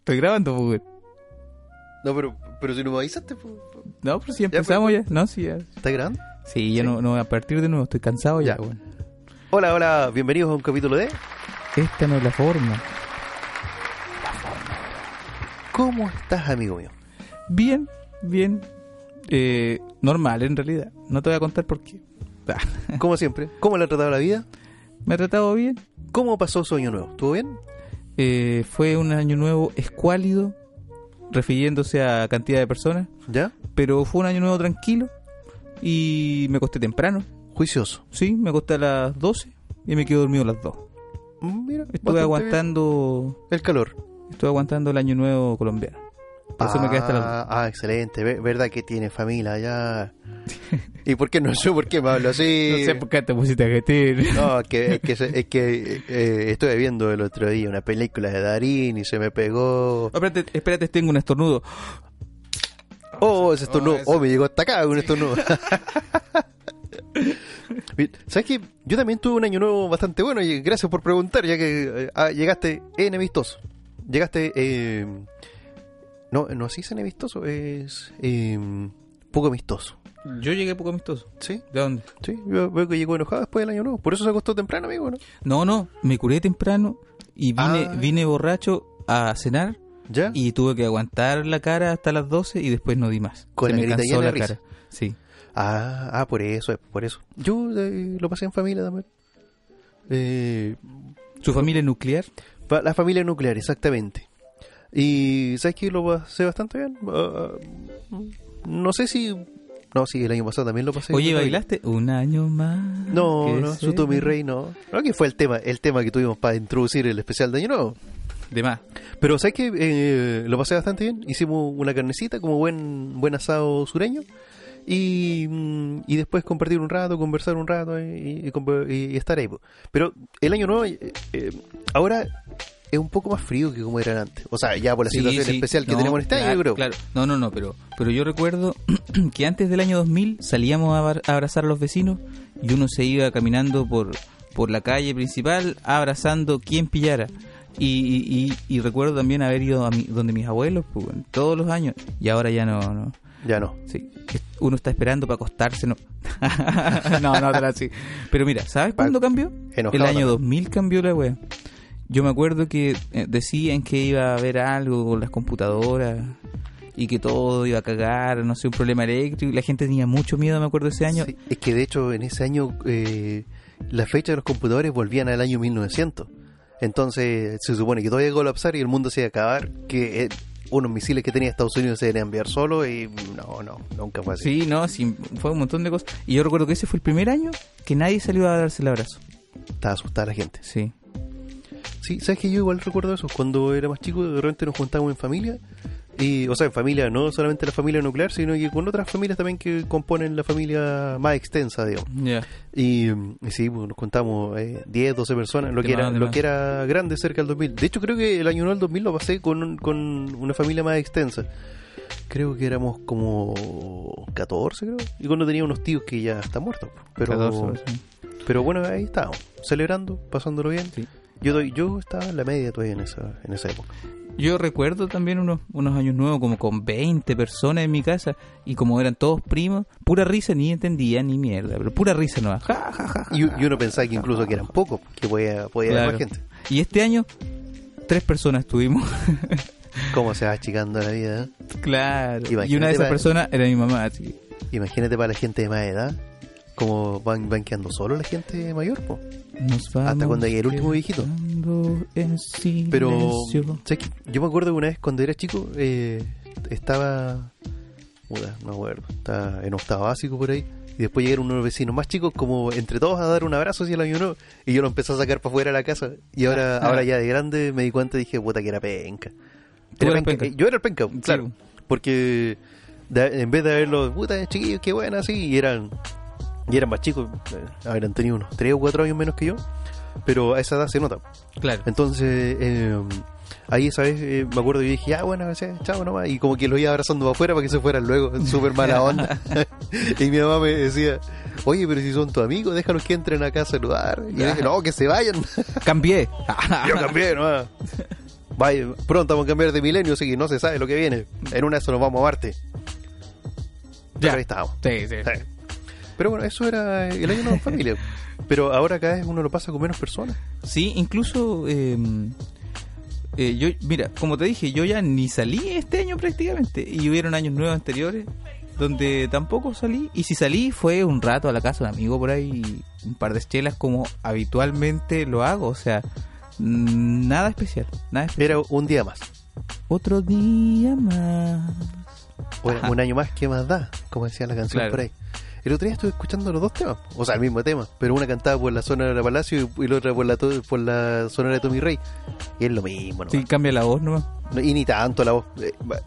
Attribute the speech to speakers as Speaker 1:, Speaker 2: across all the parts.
Speaker 1: Estoy grabando, pues.
Speaker 2: No, pero, pero si no me avisaste, pues.
Speaker 1: No, pero si empezamos ya. No, sí, ya.
Speaker 2: ¿Estás grabando?
Speaker 1: Sí, ya no, no voy a partir de nuevo. Estoy cansado ya, pues.
Speaker 2: Ya.
Speaker 1: weón.
Speaker 2: Hola, hola, bienvenidos a un capítulo de
Speaker 1: Esta no es la forma.
Speaker 2: ¿Cómo estás, amigo mío?
Speaker 1: Bien, bien. Eh, normal, en realidad. No te voy a contar por qué. Ah,
Speaker 2: Como siempre, ¿cómo le ha tratado la vida?
Speaker 1: Me ha tratado bien.
Speaker 2: ¿Cómo pasó su año nuevo? ¿Estuvo bien?
Speaker 1: Eh, fue un año nuevo escuálido, refiriéndose a cantidad de personas.
Speaker 2: ¿Ya?
Speaker 1: Pero fue un año nuevo tranquilo. Y me acosté temprano.
Speaker 2: Juicioso.
Speaker 1: Sí, me acosté a las 12 y me quedé dormido a las 2.
Speaker 2: Mm, Mira,
Speaker 1: Estuve
Speaker 2: bastante
Speaker 1: aguantando.
Speaker 2: bien. El calor.
Speaker 1: Estuve aguantando el año nuevo colombiano. Por eso me quedé hasta la...
Speaker 2: Ah, ah, excelente. Ve- ¿Verdad que tiene familia allá? ¿Y por qué no sé por qué me hablo así?
Speaker 1: qué te pusiste a gestir.
Speaker 2: No, es que, es que, se- es que eh, estuve viendo el otro día una película de Darín y se me pegó.
Speaker 1: Espérate, espérate, tengo un estornudo.
Speaker 2: Oh, ese estornudo.
Speaker 1: Oh, ese-
Speaker 2: Oh, me llegó hasta acá un estornudo. Bien, ¿Sabes qué? Yo también tuve un año nuevo bastante bueno y gracias por preguntar, ya que eh, ah, llegaste enemistoso. Llegaste. eh, no, no así es enemistoso, es. eh, poco amistoso.
Speaker 1: Yo llegué poco amistoso.
Speaker 2: ¿Sí?
Speaker 1: ¿De dónde?
Speaker 2: Sí, yo veo que llegó enojado después del año nuevo. Por eso se acostó temprano, amigo, ¿no?
Speaker 1: No, no, me curé temprano y vine,
Speaker 2: Ah.
Speaker 1: vine borracho a cenar
Speaker 2: ¿Ya?
Speaker 1: y tuve que aguantar la cara hasta las 12 y después no di más.
Speaker 2: Con
Speaker 1: Se
Speaker 2: la
Speaker 1: me
Speaker 2: carita
Speaker 1: cansó
Speaker 2: llena de
Speaker 1: la
Speaker 2: risa.
Speaker 1: cara. Sí.
Speaker 2: Ah, ah, por eso, es por eso. Yo eh, lo pasé en familia también. Eh,
Speaker 1: ¿Su familia es nuclear?
Speaker 2: Fa- La familia nuclear, exactamente. Y sabes que lo pasé bastante bien. Ah, no sé si. No, sí, el año pasado también lo pasé.
Speaker 1: Oye,
Speaker 2: bien.
Speaker 1: ¿bailaste? Un año más.
Speaker 2: No,
Speaker 1: que
Speaker 2: no,
Speaker 1: se
Speaker 2: Suto mi
Speaker 1: va.
Speaker 2: rey, no. No, que fue el tema, el tema que tuvimos para introducir el especial de año nuevo.
Speaker 1: De más.
Speaker 2: Pero sabes que eh, lo pasé bastante bien. Hicimos una carnecita como buen, buen asado sureño. Y, mm, y después compartir un rato, conversar un rato eh, y, y compa- y- y estar ahí. po. Pero el año nuevo eh, eh, ahora es un poco más frío que como era antes. O sea, ya por la
Speaker 1: Sí,
Speaker 2: situación
Speaker 1: sí.
Speaker 2: especial que
Speaker 1: No,
Speaker 2: tenemos este año,
Speaker 1: claro,
Speaker 2: yo creo.
Speaker 1: Claro, no, no, no, pero, pero yo recuerdo que antes del año 2000 salíamos a, abra- a abrazar a los vecinos y uno se iba caminando por, por la calle principal abrazando quien pillara. Y, y, y- y recuerdo también haber ido a mi- donde mis abuelos pues, bueno, todos los años y ahora ya no. no.
Speaker 2: Ya no.
Speaker 1: Sí, es- uno está esperando para acostarse. No, no, no, era así. Pero mira, ¿sabes cuándo cambió?
Speaker 2: Enojado
Speaker 1: el año
Speaker 2: también.
Speaker 1: 2000 cambió la wea. Yo me acuerdo que eh, decían que iba a haber algo con las computadoras y que todo iba a cagar, no sé, un problema eléctrico. y La gente tenía mucho miedo, me acuerdo, ese año.
Speaker 2: Sí, es que de hecho en ese año eh, la fecha de los computadores volvían al año 1900. Entonces se supone que todo iba a colapsar y el mundo se iba a acabar, que eh, unos misiles que tenía Estados Unidos se iban a enviar solo y no, no, nunca fue así.
Speaker 1: Sí, no, sí, fue un montón de cosas. Y yo recuerdo que ese fue el primer año que nadie salió a darse el abrazo.
Speaker 2: Estaba asustada la gente.
Speaker 1: Sí.
Speaker 2: Sí, sabes que yo igual recuerdo eso, cuando era más chico de repente nos juntábamos en familia. Y, o sea, en familia, no solamente la familia nuclear, sino que con otras familias también que componen la familia más extensa, digamos.
Speaker 1: Ya.
Speaker 2: Y, mm, y sí, pues, nos contamos eh, 10, 12 personas, lo
Speaker 1: De
Speaker 2: que,
Speaker 1: más,
Speaker 2: era,
Speaker 1: de
Speaker 2: lo
Speaker 1: más.
Speaker 2: que era grande cerca del 2000. De hecho, creo que el año nuevo del 2000 lo pasé con, un- con una familia más extensa. Creo que éramos como 14, creo. Y cuando tenía unos tíos que ya están muertos. pues. Pero,
Speaker 1: 14 personas.
Speaker 2: pero bueno, ahí estábamos, celebrando, pasándolo bien.
Speaker 1: Sí.
Speaker 2: Yo, doy- yo estaba en la media todavía en esa, en esa época.
Speaker 1: Yo recuerdo también unos, unos años nuevos, como con 20 personas en mi casa, y como eran todos primos, pura risa, ni entendía ni mierda, pero pura risa no Ja, ja, ja.
Speaker 2: Y, y uno pensaba que incluso que eran pocos, que podía, podía haber
Speaker 1: Ah. Claro.
Speaker 2: más gente.
Speaker 1: Y este año, tres personas tuvimos.
Speaker 2: Cómo se va achicando la vida. ¿eh?
Speaker 1: claro.
Speaker 2: Imagínate,
Speaker 1: y una de esas
Speaker 2: padre.
Speaker 1: personas era mi mamá, así que-
Speaker 2: Imagínate para la gente de más edad, cómo van, van quedando solo la gente mayor, po.
Speaker 1: Nos vamos
Speaker 2: cuando llegue el último viejito.
Speaker 1: quedando en silencio.
Speaker 2: Pero ¿sabes qué? yo me acuerdo que una vez cuando era chico eh, estaba, puta, no me acuerdo, estaba en octavo básico por ahí. Y después llegaron unos vecinos más chicos, como entre todos a dar un abrazo hacia el año nuevo. Y yo lo empecé a sacar para afuera de la casa. Y ahora, ahora ya de grande me di cuenta y dije, puta, que era penca.
Speaker 1: Tú
Speaker 2: Era
Speaker 1: eras
Speaker 2: penca.
Speaker 1: penca.
Speaker 2: Eh, Yo era el penca, claro. Porque de- en vez de haberlo, puta, chiquillos, qué buena, así. Y eran, y eran más chicos, eh, habrán tenido unos 3 o 4 años menos que yo. Pero a esa edad se nota.
Speaker 1: Claro.
Speaker 2: Entonces, eh, ahí esa vez eh, me acuerdo yo dije, ah, bueno, o sea, chao nomás. Y como que lo iba abrazando para afuera para que se fueran luego, súper mala onda. y mi mamá me decía, oye, pero si son tus amigos, déjalos que entren acá a saludar. Y yo dije, no, que se vayan.
Speaker 1: Cambié.
Speaker 2: yo cambié nomás. Ah, Vaya, pronto vamos a cambiar de milenio, así que no se sabe lo que viene. En una de esas nos vamos a Marte. Pero ahí estábamos.
Speaker 1: Sí, sí.
Speaker 2: Sí. Pero bueno, eso era el año nuevo en familia. Pero ahora cada vez uno lo pasa con menos personas.
Speaker 1: Sí, incluso. eh, eh, yo, mira, como te dije, yo ya ni salí este año prácticamente. Y hubieron años nuevos anteriores donde tampoco salí. Y si salí fue un rato a la casa de un amigo por ahí, un par de chelas como habitualmente lo hago. O sea, mm, nada especial. Nada espe-
Speaker 2: Era un día más.
Speaker 1: Otro día más.
Speaker 2: O era
Speaker 1: Ajá.
Speaker 2: un año más, ¿qué más da? Como decía la canción
Speaker 1: Claro.
Speaker 2: por ahí. El otro día estuve escuchando los dos temas, o sea, el mismo tema, pero una cantaba por la zona de la Palacio y, y la otra por la, to- por la zona de Tommy Rey. Y es lo mismo, ¿no?
Speaker 1: Sí, cambia la voz nomás.
Speaker 2: No, Y ni tanto la voz. Eh, va-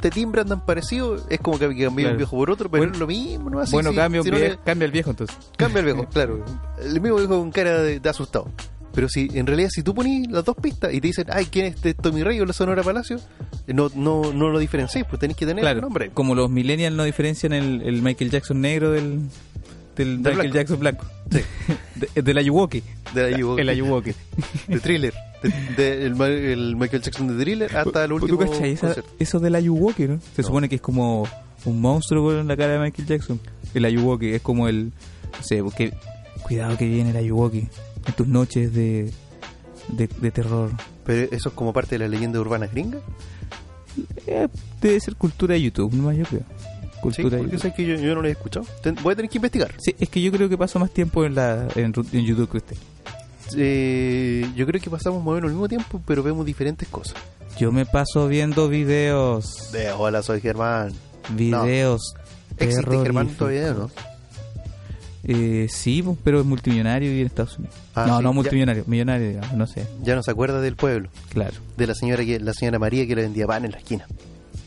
Speaker 2: Te timbran tan parecido, es como que cambié
Speaker 1: Claro.
Speaker 2: un viejo por otro, pero
Speaker 1: Bueno-
Speaker 2: es lo mismo, ¿no? Así,
Speaker 1: bueno,
Speaker 2: Ah, sí,
Speaker 1: cambia, un
Speaker 2: si no le-
Speaker 1: viejo- cambia el viejo entonces.
Speaker 2: Cambia el viejo, claro. El mismo viejo con cara de, de asustado. Pero si en realidad si tú pones las dos pistas y te dicen, ay, ¿quién es este Tommy Rey o la Sonora Palacio? No, no, no lo diferenciéis, pues tenés que tener
Speaker 1: Claro,
Speaker 2: el nombre.
Speaker 1: como los millennials no diferencian el, el Michael Jackson negro del, del Michael
Speaker 2: blanco.
Speaker 1: Jackson blanco. De- del Ayuwoki.
Speaker 2: De la
Speaker 1: El Ayuwoki.
Speaker 2: de thriller. De, de- el, Ma- el Michael Jackson de thriller hasta el
Speaker 1: ¿Tú
Speaker 2: último.
Speaker 1: cachai esa-
Speaker 2: concierto.
Speaker 1: eso del Ayuwoki, no? Se
Speaker 2: No.
Speaker 1: supone que es como un monstruo con la cara de Michael Jackson. El Ayuwoki es como el... No sé, porque... Cuidado que viene el Ayuwoki en tus noches de, de, de terror.
Speaker 2: Pero eso es como parte de la leyenda urbana gringa.
Speaker 1: Eh, debe ser cultura de YouTube, nomás yo creo.
Speaker 2: Sí,
Speaker 1: Cultura de
Speaker 2: porque
Speaker 1: YouTube.
Speaker 2: sabes que yo, yo no lo he escuchado. Ten- voy a tener que investigar.
Speaker 1: Sí, es que yo creo que paso más tiempo en, la, en, ru- en YouTube que usted.
Speaker 2: Eh, yo creo que pasamos más o menos al mismo tiempo, pero vemos diferentes cosas.
Speaker 1: Yo me paso viendo videos.
Speaker 2: De hola, soy Germán.
Speaker 1: Videos.
Speaker 2: ¿Existe Germán
Speaker 1: terroríficos.
Speaker 2: todavía no?
Speaker 1: Eh, sí, pues, pero es multimillonario y en Estados Unidos.
Speaker 2: Ah,
Speaker 1: no,
Speaker 2: sí,
Speaker 1: no
Speaker 2: ya.
Speaker 1: multimillonario, millonario, digamos, no sé.
Speaker 2: Ya no se acuerda del pueblo,
Speaker 1: Claro.
Speaker 2: de la señora que la señora María que le vendía pan en la esquina.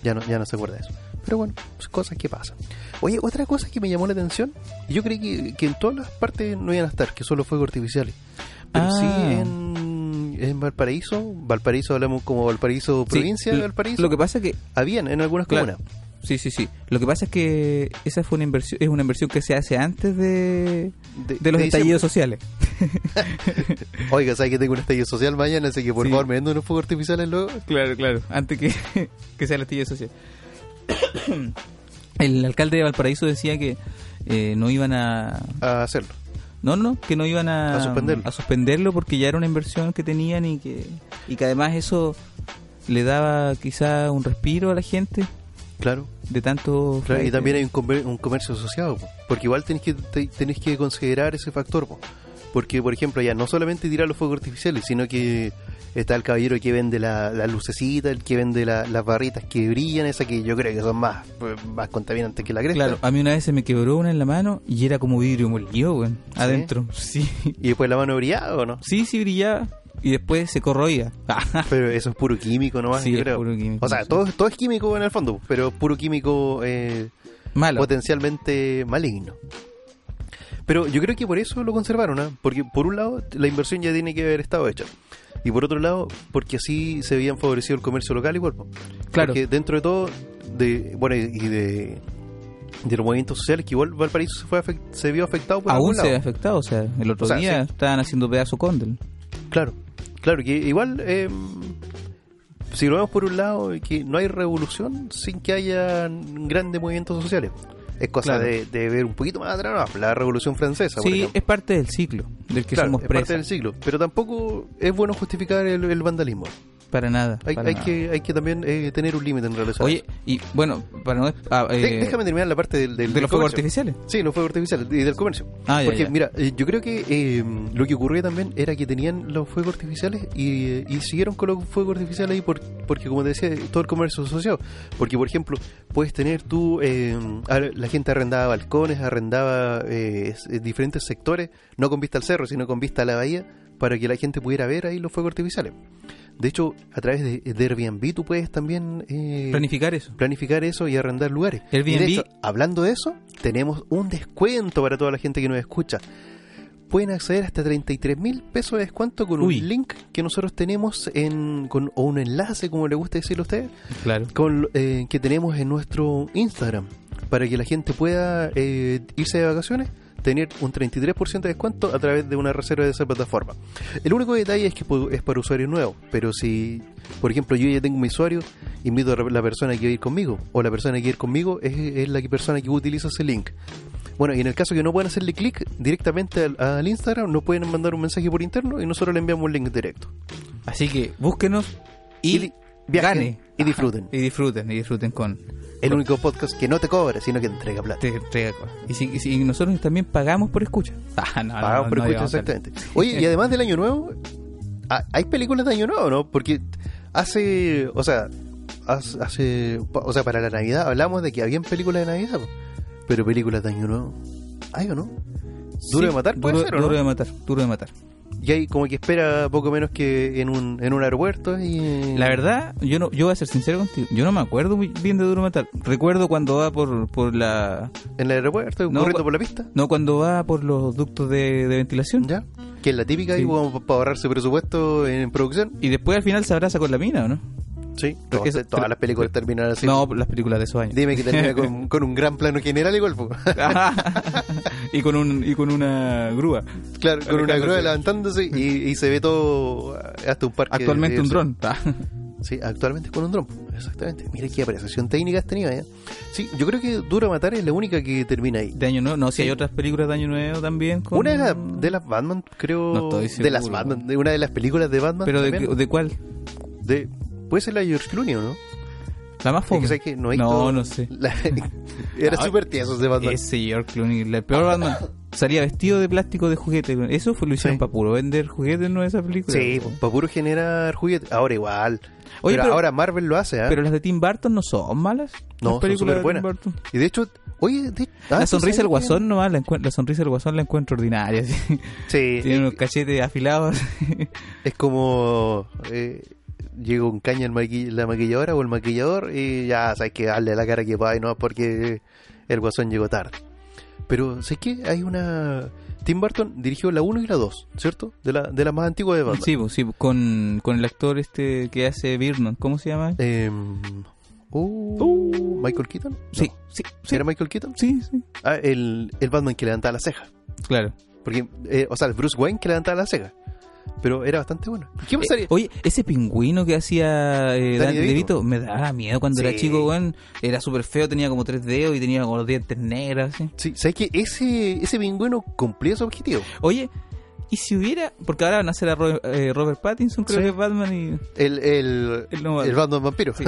Speaker 2: Ya no, ya no se acuerda de eso. Pero bueno, pues, cosas que pasan. Oye, otra cosa que me llamó la atención, y yo creí que, que en todas las partes no iban a estar, que solo fuegos artificiales. Pero
Speaker 1: Ah.
Speaker 2: sí en, en Valparaíso, Valparaíso hablamos como Valparaíso
Speaker 1: Sí,
Speaker 2: provincia de
Speaker 1: l-
Speaker 2: Valparaíso,
Speaker 1: Lo que pasa que.
Speaker 2: habían en algunas
Speaker 1: Claro.
Speaker 2: comunas.
Speaker 1: Sí, sí, sí. Lo que pasa es que esa fue una inversión, es una inversión que se hace antes de,
Speaker 2: De-
Speaker 1: de los
Speaker 2: de
Speaker 1: estallidos sociales.
Speaker 2: Oiga, ¿sabes que tengo un estallido social mañana? Así que por
Speaker 1: Sí.
Speaker 2: favor me venden unos fuegos artificiales luego.
Speaker 1: Claro, claro. Antes que, que sea el estallido social. El alcalde de Valparaíso decía que eh, no iban a,
Speaker 2: A hacerlo.
Speaker 1: No, no, que no iban a,
Speaker 2: A suspenderlo.
Speaker 1: a suspenderlo porque ya era una inversión que tenían y que, y que además eso le daba quizá un respiro a la gente
Speaker 2: Claro.
Speaker 1: de tanto...
Speaker 2: Claro, y
Speaker 1: flight.
Speaker 2: también hay un, comer- un comercio asociado, po. porque igual tenés que, te- tenés que considerar ese factor, po. porque por ejemplo ya no solamente tirar los fuegos artificiales, sino que está el caballero que vende la, la lucecita, el que vende la- las barritas que brillan, esas que yo creo que son más, pues, más contaminantes que la cresta.
Speaker 1: Claro, a mí una vez se me quebró una en la mano y era como vidrio molido, güey, adentro. Sí,
Speaker 2: Y después la mano brillada, ¿o no?
Speaker 1: sí, sí brillaba y después se corroía.
Speaker 2: Pero eso es puro químico nomás,
Speaker 1: Sí,
Speaker 2: yo
Speaker 1: es
Speaker 2: creo.
Speaker 1: puro químico,
Speaker 2: o sea,
Speaker 1: sí.
Speaker 2: todo, todo es químico en el fondo, pero puro químico... eh,
Speaker 1: Malo.
Speaker 2: potencialmente maligno. Pero yo creo que por eso lo conservaron, ¿ah? porque por un lado la inversión ya tiene que haber estado hecha. Y por otro lado, porque así se habían favorecido el comercio local igual. po.
Speaker 1: Claro.
Speaker 2: Porque dentro de todo, de, bueno, y y de, de los movimientos sociales, que igual Valparaíso se, fue afect- se vio afectado por
Speaker 1: Aún
Speaker 2: algún
Speaker 1: se ve
Speaker 2: lado.
Speaker 1: afectado, o sea, el otro
Speaker 2: O sea,
Speaker 1: día estaban haciendo pedazo cóndel.
Speaker 2: Claro, claro, que igual, eh, si lo vemos por un lado, que no hay revolución sin que haya grandes movimientos sociales. Es cosa
Speaker 1: Claro.
Speaker 2: de, de ver un poquito más atrás, ¿no? la revolución francesa, por
Speaker 1: Sí,
Speaker 2: ejemplo.
Speaker 1: es parte del ciclo del que
Speaker 2: Claro,
Speaker 1: somos
Speaker 2: es parte
Speaker 1: presas.
Speaker 2: del siglo. Pero tampoco es bueno justificar el, el vandalismo.
Speaker 1: Para nada.
Speaker 2: Hay,
Speaker 1: para
Speaker 2: hay
Speaker 1: nada.
Speaker 2: que, hay que también eh, tener un límite en relación. a
Speaker 1: Oye, y bueno, para no... ah,
Speaker 2: eso. De-
Speaker 1: eh,
Speaker 2: déjame terminar la parte del, del-
Speaker 1: de
Speaker 2: del
Speaker 1: los fuegos
Speaker 2: comercio.
Speaker 1: artificiales.
Speaker 2: Sí, los fuegos artificiales y del comercio.
Speaker 1: Ah, ya,
Speaker 2: Porque
Speaker 1: ya.
Speaker 2: mira, eh, yo creo que eh, lo que ocurría también era que tenían los fuegos artificiales y, eh, y siguieron con los fuegos artificiales ahí por- porque como te decía, todo el comercio asociado. Porque por ejemplo, puedes tener tú, eh, a- la gente arrendaba balcones, arrendaba eh, s- diferentes sectores, no con vista al cerro, sino con vista a la bahía, para que la gente pudiera ver ahí los fuegos artificiales. De hecho, a través de, de Airbnb tú puedes también... eh,
Speaker 1: Planificar eso.
Speaker 2: planificar eso y arrendar lugares.
Speaker 1: Airbnb.
Speaker 2: Y de hecho, hablando de eso, tenemos un descuento para toda la gente que nos escucha. Pueden acceder hasta 33 mil pesos de descuento con
Speaker 1: Uy.
Speaker 2: un link que nosotros tenemos en, con, o un enlace, como le gusta decirlo a ustedes,
Speaker 1: Claro.
Speaker 2: con, eh, que tenemos en nuestro Instagram para que la gente pueda eh, irse de vacaciones. tener un 33% de descuento a través de una reserva de esa plataforma. El único detalle es que pu- es para usuarios nuevos, pero si, por ejemplo, yo ya tengo mi usuario, invito a la persona que va a ir conmigo, o la persona que va a ir conmigo es, es la que- persona que utiliza ese link. Bueno, y en el caso que no puedan hacerle clic directamente al, al Instagram, nos pueden mandar un mensaje por interno y nosotros le enviamos un link directo.
Speaker 1: Así que búsquenos y,
Speaker 2: Y di- viajen
Speaker 1: gane.
Speaker 2: y disfruten.
Speaker 1: Ajá, y disfruten, y disfruten con.
Speaker 2: El único podcast que no te cobra, sino que te entrega plata.
Speaker 1: te entrega cosas. Y, si, y si nosotros también pagamos por escucha. Ah, no, no,
Speaker 2: Pagamos
Speaker 1: no,
Speaker 2: por
Speaker 1: no
Speaker 2: escucha,
Speaker 1: digamos tal.
Speaker 2: exactamente. Oye, y además del Año Nuevo, ah, hay películas de Año Nuevo, ¿no? Porque hace, o sea, hace, hace- o sea, para la Navidad hablamos de que habían películas de Navidad, pero películas de Año Nuevo, ¿hay o no? Duro de matar, puede
Speaker 1: duro,
Speaker 2: ser, ¿o no?
Speaker 1: duro de matar, duro de matar.
Speaker 2: Y hay como que espera poco menos que en un, en un aeropuerto y...
Speaker 1: La verdad, yo no, yo voy a ser sincero contigo, yo no me acuerdo muy bien de Duro de Matar. Recuerdo cuando va por, por la
Speaker 2: En el aeropuerto,
Speaker 1: No, pues-
Speaker 2: corriendo
Speaker 1: cu-
Speaker 2: por la pista,
Speaker 1: no cuando va por los ductos de, de ventilación
Speaker 2: ¿ya? Que es la típica,
Speaker 1: Sí.
Speaker 2: y como para ahorrarse presupuesto en producción,
Speaker 1: y después al final se abraza con la mina, ¿o no?
Speaker 2: sí.
Speaker 1: Pero
Speaker 2: Todas,
Speaker 1: es que eso-
Speaker 2: todas las películas terminan así.
Speaker 1: No, por las películas de esos años.
Speaker 2: Dime que termina con, con un gran plano general y golfo.
Speaker 1: y con un y con una grúa.
Speaker 2: Claro, con una
Speaker 1: Alejandro,
Speaker 2: grúa
Speaker 1: sí.
Speaker 2: levantándose y, y se ve todo eh, hasta un parque.
Speaker 1: Actualmente
Speaker 2: de
Speaker 1: un
Speaker 2: diversión.
Speaker 1: dron.
Speaker 2: Sí, Ah. actualmente con un dron. Exactamente. Mira qué apreciación técnica has tenido. ¿eh? Sí, yo creo que Duro Matar es la única que termina ahí.
Speaker 1: De año nuevo, no, si hay otras películas de año nuevo también con
Speaker 2: Una de las- de las Batman, creo.
Speaker 1: No estoy
Speaker 2: de
Speaker 1: seguro.
Speaker 2: las Batman, de una de las películas de Batman.
Speaker 1: Pero de,
Speaker 2: también.
Speaker 1: de cuál?
Speaker 2: De- puede ser la de George Clooney, ¿o no?
Speaker 1: La más
Speaker 2: Es que
Speaker 1: fome.
Speaker 2: sabes que no hay
Speaker 1: no,
Speaker 2: todo-
Speaker 1: no sé.
Speaker 2: la- era
Speaker 1: No,
Speaker 2: súper tiesos de Batman.
Speaker 1: Ese George Clooney, el peor Batman. Salía vestido de plástico de juguete. Eso fue lo hicieron
Speaker 2: Sí.
Speaker 1: para puro vender juguetes, ¿no? Esa película.
Speaker 2: Sí, para puro generar juguetes. Ahora igual.
Speaker 1: Oye,
Speaker 2: pero,
Speaker 1: pero-
Speaker 2: ahora Marvel lo hace, ¿eh?
Speaker 1: Pero las de Tim Burton no son malas. Las
Speaker 2: No, son
Speaker 1: películas de
Speaker 2: superbuenas.
Speaker 1: Tim Burton.
Speaker 2: Y de hecho, oye, de- ah,
Speaker 1: La sonrisa
Speaker 2: ¿tú sabes
Speaker 1: del
Speaker 2: que-
Speaker 1: guasón nomás, la, encuen- la sonrisa del guasón la encuentro ordinaria. sí.
Speaker 2: Sí,
Speaker 1: Tiene unos cachetes afilados.
Speaker 2: es como eh, llega un caña el maqui- la maquilladora o el maquillador y ya sabes que darle la cara que va y no porque el guasón llegó tarde. Pero sé que hay una Tim Burton dirigió la 1 y la 2, ¿cierto? De la de la más antigua de Batman.
Speaker 1: sí, pues, sí, pues, con, con el actor este que hace Birman. ¿Cómo se llama?
Speaker 2: Em, uh,
Speaker 1: Uh.
Speaker 2: Michael Keaton? No.
Speaker 1: Sí, sí, sí.
Speaker 2: ¿Era Michael Keaton?
Speaker 1: Sí, sí.
Speaker 2: Ah, el, el Batman que levantaba la ceja.
Speaker 1: Claro.
Speaker 2: Porque, eh, o sea, el Bruce Wayne que levantaba la ceja. Pero era bastante bueno. ¿Qué pasaría?
Speaker 1: Eh, oye, ese pingüino que hacía eh,
Speaker 2: Danny
Speaker 1: Danny
Speaker 2: DeVito.
Speaker 1: DeVito me daba miedo cuando
Speaker 2: Sí.
Speaker 1: era chico, weón. Era súper feo, tenía como tres dedos y tenía como los dientes negras, así.
Speaker 2: Sí, ¿sabes que ese, ese pingüino cumplía su objetivo?
Speaker 1: Oye, ¿y si hubiera...? Porque ahora van a hacer a Ro- eh, Robert Pattinson, creo
Speaker 2: Sí.
Speaker 1: que es Batman y...
Speaker 2: El, el, el,
Speaker 1: El no-
Speaker 2: Batman vampiro.
Speaker 1: Sí.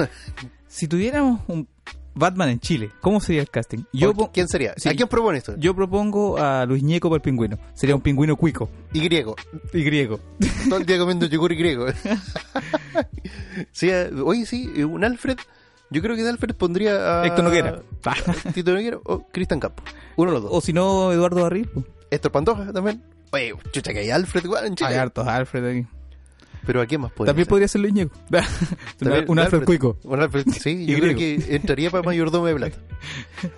Speaker 1: Si tuviéramos un Batman en Chile, ¿cómo sería el casting? Yo,
Speaker 2: ¿O
Speaker 1: po-
Speaker 2: ¿Quién sería?
Speaker 1: sí.
Speaker 2: ¿A quién propone esto?
Speaker 1: yo propongo a Luis Ñeco para el pingüino. Sería un pingüino cuico
Speaker 2: Y griego.
Speaker 1: y griego.
Speaker 2: Todo el día comiendo yogur y griego. sí, eh, oye, sí, eh, un Alfred. Yo creo que de Alfred pondría a.
Speaker 1: Héctor
Speaker 2: Ah.
Speaker 1: Noguera.
Speaker 2: Tito Noguera o Cristian Campo. Uno de los dos.
Speaker 1: o si no, Eduardo Barril. po.
Speaker 2: Héctor Pantoja también. Oye, chucha, que hay Alfred, weón, en Chile.
Speaker 1: Hay hartos Alfred aquí.
Speaker 2: Pero ¿a quién más podría
Speaker 1: También
Speaker 2: ser?
Speaker 1: podría ser Luis Ñeco.
Speaker 2: También-
Speaker 1: un Alfred
Speaker 2: Alfred.
Speaker 1: cuico.
Speaker 2: Un Alfred, sí,
Speaker 1: Y
Speaker 2: yo creo
Speaker 1: griego.
Speaker 2: que entraría para mayordomo de plata.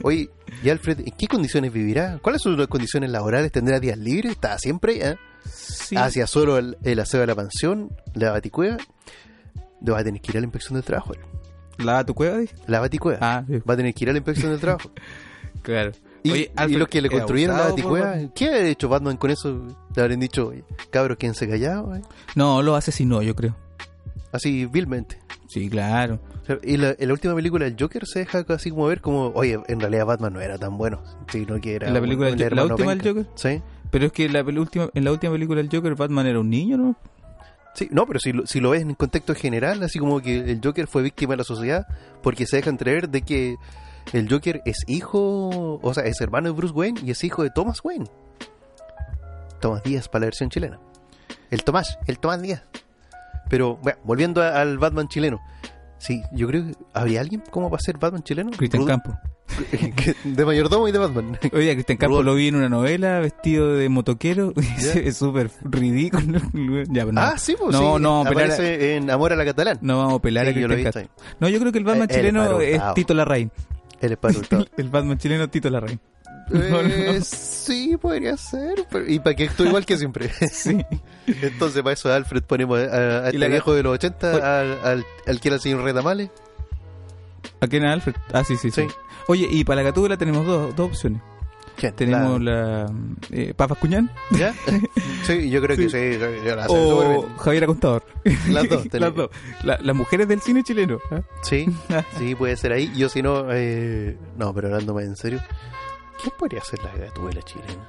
Speaker 2: Oye, y Alfred, ¿en qué condiciones vivirá? ¿Cuáles son las condiciones laborales? ¿Tendrá días libres? ¿Está siempre? eh?
Speaker 1: Sí.
Speaker 2: ¿Hacia solo el, el aseo de la mansión? ¿La baticueva? Va a tener que ir a la inspección del trabajo. él.
Speaker 1: ¿Lava tu cueva, dice?
Speaker 2: La baticueva.
Speaker 1: Ah, sí.
Speaker 2: Va a tener que ir a la inspección del trabajo.
Speaker 1: Claro.
Speaker 2: Y,
Speaker 1: Oye,
Speaker 2: y
Speaker 1: Alfred
Speaker 2: los que le
Speaker 1: era
Speaker 2: construyeron la
Speaker 1: abusado por
Speaker 2: baticueva,
Speaker 1: Batman.
Speaker 2: ¿qué ha hecho Batman con eso? Le habrían dicho, cabros, quédense callados. eh?
Speaker 1: No, lo asesinó, yo creo.
Speaker 2: Así, vilmente.
Speaker 1: Sí, claro.
Speaker 2: O sea, Y la, en la última película, el Joker se deja así como ver como, oye, en realidad Batman no era tan bueno, sino que era...
Speaker 1: En la película
Speaker 2: un-
Speaker 1: del
Speaker 2: el
Speaker 1: Joker- la
Speaker 2: hermano
Speaker 1: última del
Speaker 2: penca. Sí,
Speaker 1: Pero es que la pel- última, en la última película del Joker, Batman era un niño, ¿no?
Speaker 2: sí, no, pero si lo, si lo ves en contexto general, así como que el Joker fue víctima de la sociedad, porque se deja entrever de que el Joker es hijo, o sea, es hermano de Bruce Wayne y es hijo de Thomas Wayne. Tomás Díaz para la versión chilena. El Tomás, el Tomás Díaz. Pero, bueno, volviendo a- al Batman chileno. Sí, yo creo que habría alguien como para ser Batman chileno.
Speaker 1: Cristian
Speaker 2: Rudo-
Speaker 1: Campo.
Speaker 2: de mayordomo y de Batman.
Speaker 1: Oye, a Cristian Campo
Speaker 2: Rudolf.
Speaker 1: lo vi en una novela vestido de motoquero. es súper ridículo. Ya, no.
Speaker 2: Ah, sí, pues
Speaker 1: No,
Speaker 2: sí,
Speaker 1: no, vamos a pelar a-
Speaker 2: aparece en Amor a la Catalán.
Speaker 1: no vamos a pelar
Speaker 2: Sí,
Speaker 1: a
Speaker 2: yo lo Eh,
Speaker 1: Cristian
Speaker 2: vi,
Speaker 1: Campo. No, yo creo que el Batman
Speaker 2: El- el
Speaker 1: chileno
Speaker 2: Barutao.
Speaker 1: es Tito Larraín.
Speaker 2: El espadultado.
Speaker 1: El Batman chileno Tito Larraín. No,
Speaker 2: eh,
Speaker 1: no.
Speaker 2: sí, podría ser. pero- y para que actúe igual que siempre.
Speaker 1: Sí.
Speaker 2: Entonces, para eso, Alfred, ponemos a, a
Speaker 1: Y
Speaker 2: este
Speaker 1: la-
Speaker 2: viejo de los 80, al, al, al que era el señor Retamales.
Speaker 1: ¿A quién Alfred? Ah, sí, sí, sí.
Speaker 2: Sí.
Speaker 1: Oye, y para la Gatúbela tenemos dos, dos opciones.
Speaker 2: ¿Quién?
Speaker 1: Tenemos la, eh, Papas Cuñán
Speaker 2: ¿Ya? Sí, yo creo que sí. Ah, sí, yo la sé
Speaker 1: o
Speaker 2: súper bien.
Speaker 1: Javier Acontador.
Speaker 2: Las dos, tenés.
Speaker 1: Las dos. La- las mujeres del cine chileno. ¿eh?
Speaker 2: Sí, sí, puede ser ahí. Yo si no, eh, no, pero hablando más en serio, ¿quién podría ser la gatuela chilena?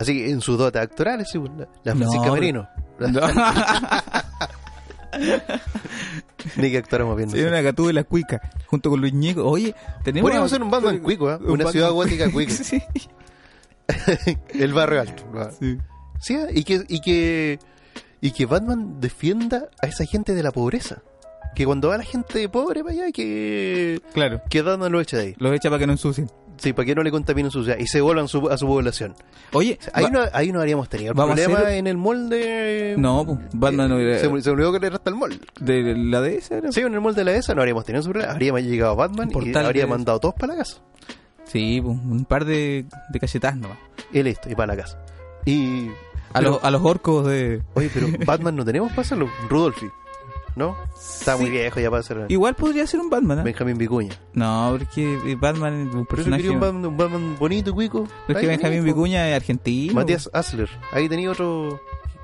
Speaker 2: Así que en sus dotes actorales, sí, la, la
Speaker 1: No,
Speaker 2: Francisca
Speaker 1: pero-
Speaker 2: Merino. Ni que actuáramos bien.
Speaker 1: Era
Speaker 2: nosotros.
Speaker 1: una gatú de la cuica, junto con Luis Ñeco. Oye, tenemos.
Speaker 2: Podríamos ser un Batman cuico, ¿eh?
Speaker 1: un
Speaker 2: Una
Speaker 1: Batman
Speaker 2: ciudad gótica cuica.
Speaker 1: Sí,
Speaker 2: El barrio alto. ¿no?
Speaker 1: sí.
Speaker 2: Sí, ¿eh? y que, y que y que Batman defienda a esa gente de la pobreza. Que cuando va la gente pobre para allá, que,
Speaker 1: Claro,
Speaker 2: que Batman lo echa de ahí.
Speaker 1: los echa para que no ensucien.
Speaker 2: Sí, para que no le contaminen su ciudad y se vuelvan su- a su población.
Speaker 1: Oye,
Speaker 2: Ahí,
Speaker 1: va-
Speaker 2: no, ahí no habríamos tenido el
Speaker 1: Vamos a
Speaker 2: problema
Speaker 1: hacer-
Speaker 2: en el molde.
Speaker 1: no, pues, Batman no era-
Speaker 2: Eh, Se, me- se me olvidó que le resta el molde.
Speaker 1: de la DS era.
Speaker 2: Sí, en el molde de la ESA no habríamos tenido su problema. Habríamos llegado Batman y
Speaker 1: Portal
Speaker 2: habría
Speaker 1: de-
Speaker 2: mandado todos para la casa.
Speaker 1: Sí, pues, un par de, de cachetadas nomás.
Speaker 2: Y listo, y para la casa. Y.
Speaker 1: A,
Speaker 2: pero-
Speaker 1: los, a los orcos de.
Speaker 2: Oye, pero Batman no tenemos para hacerlo. Rudolfi, ¿no? Está muy
Speaker 1: Sí.
Speaker 2: viejo ya para hacerlo.
Speaker 1: Igual podría ser un Batman, ¿ah?
Speaker 2: Benjamín Vicuña.
Speaker 1: No, porque eh, Batman es un
Speaker 2: Pero yo
Speaker 1: personaje.
Speaker 2: quería un Batman, un Batman bonito, cuico.
Speaker 1: Pero es
Speaker 2: Ahí
Speaker 1: que Benjamín
Speaker 2: tenía, po.
Speaker 1: Vicuña es argentino.
Speaker 2: Matías Asler. Ahí tenía otro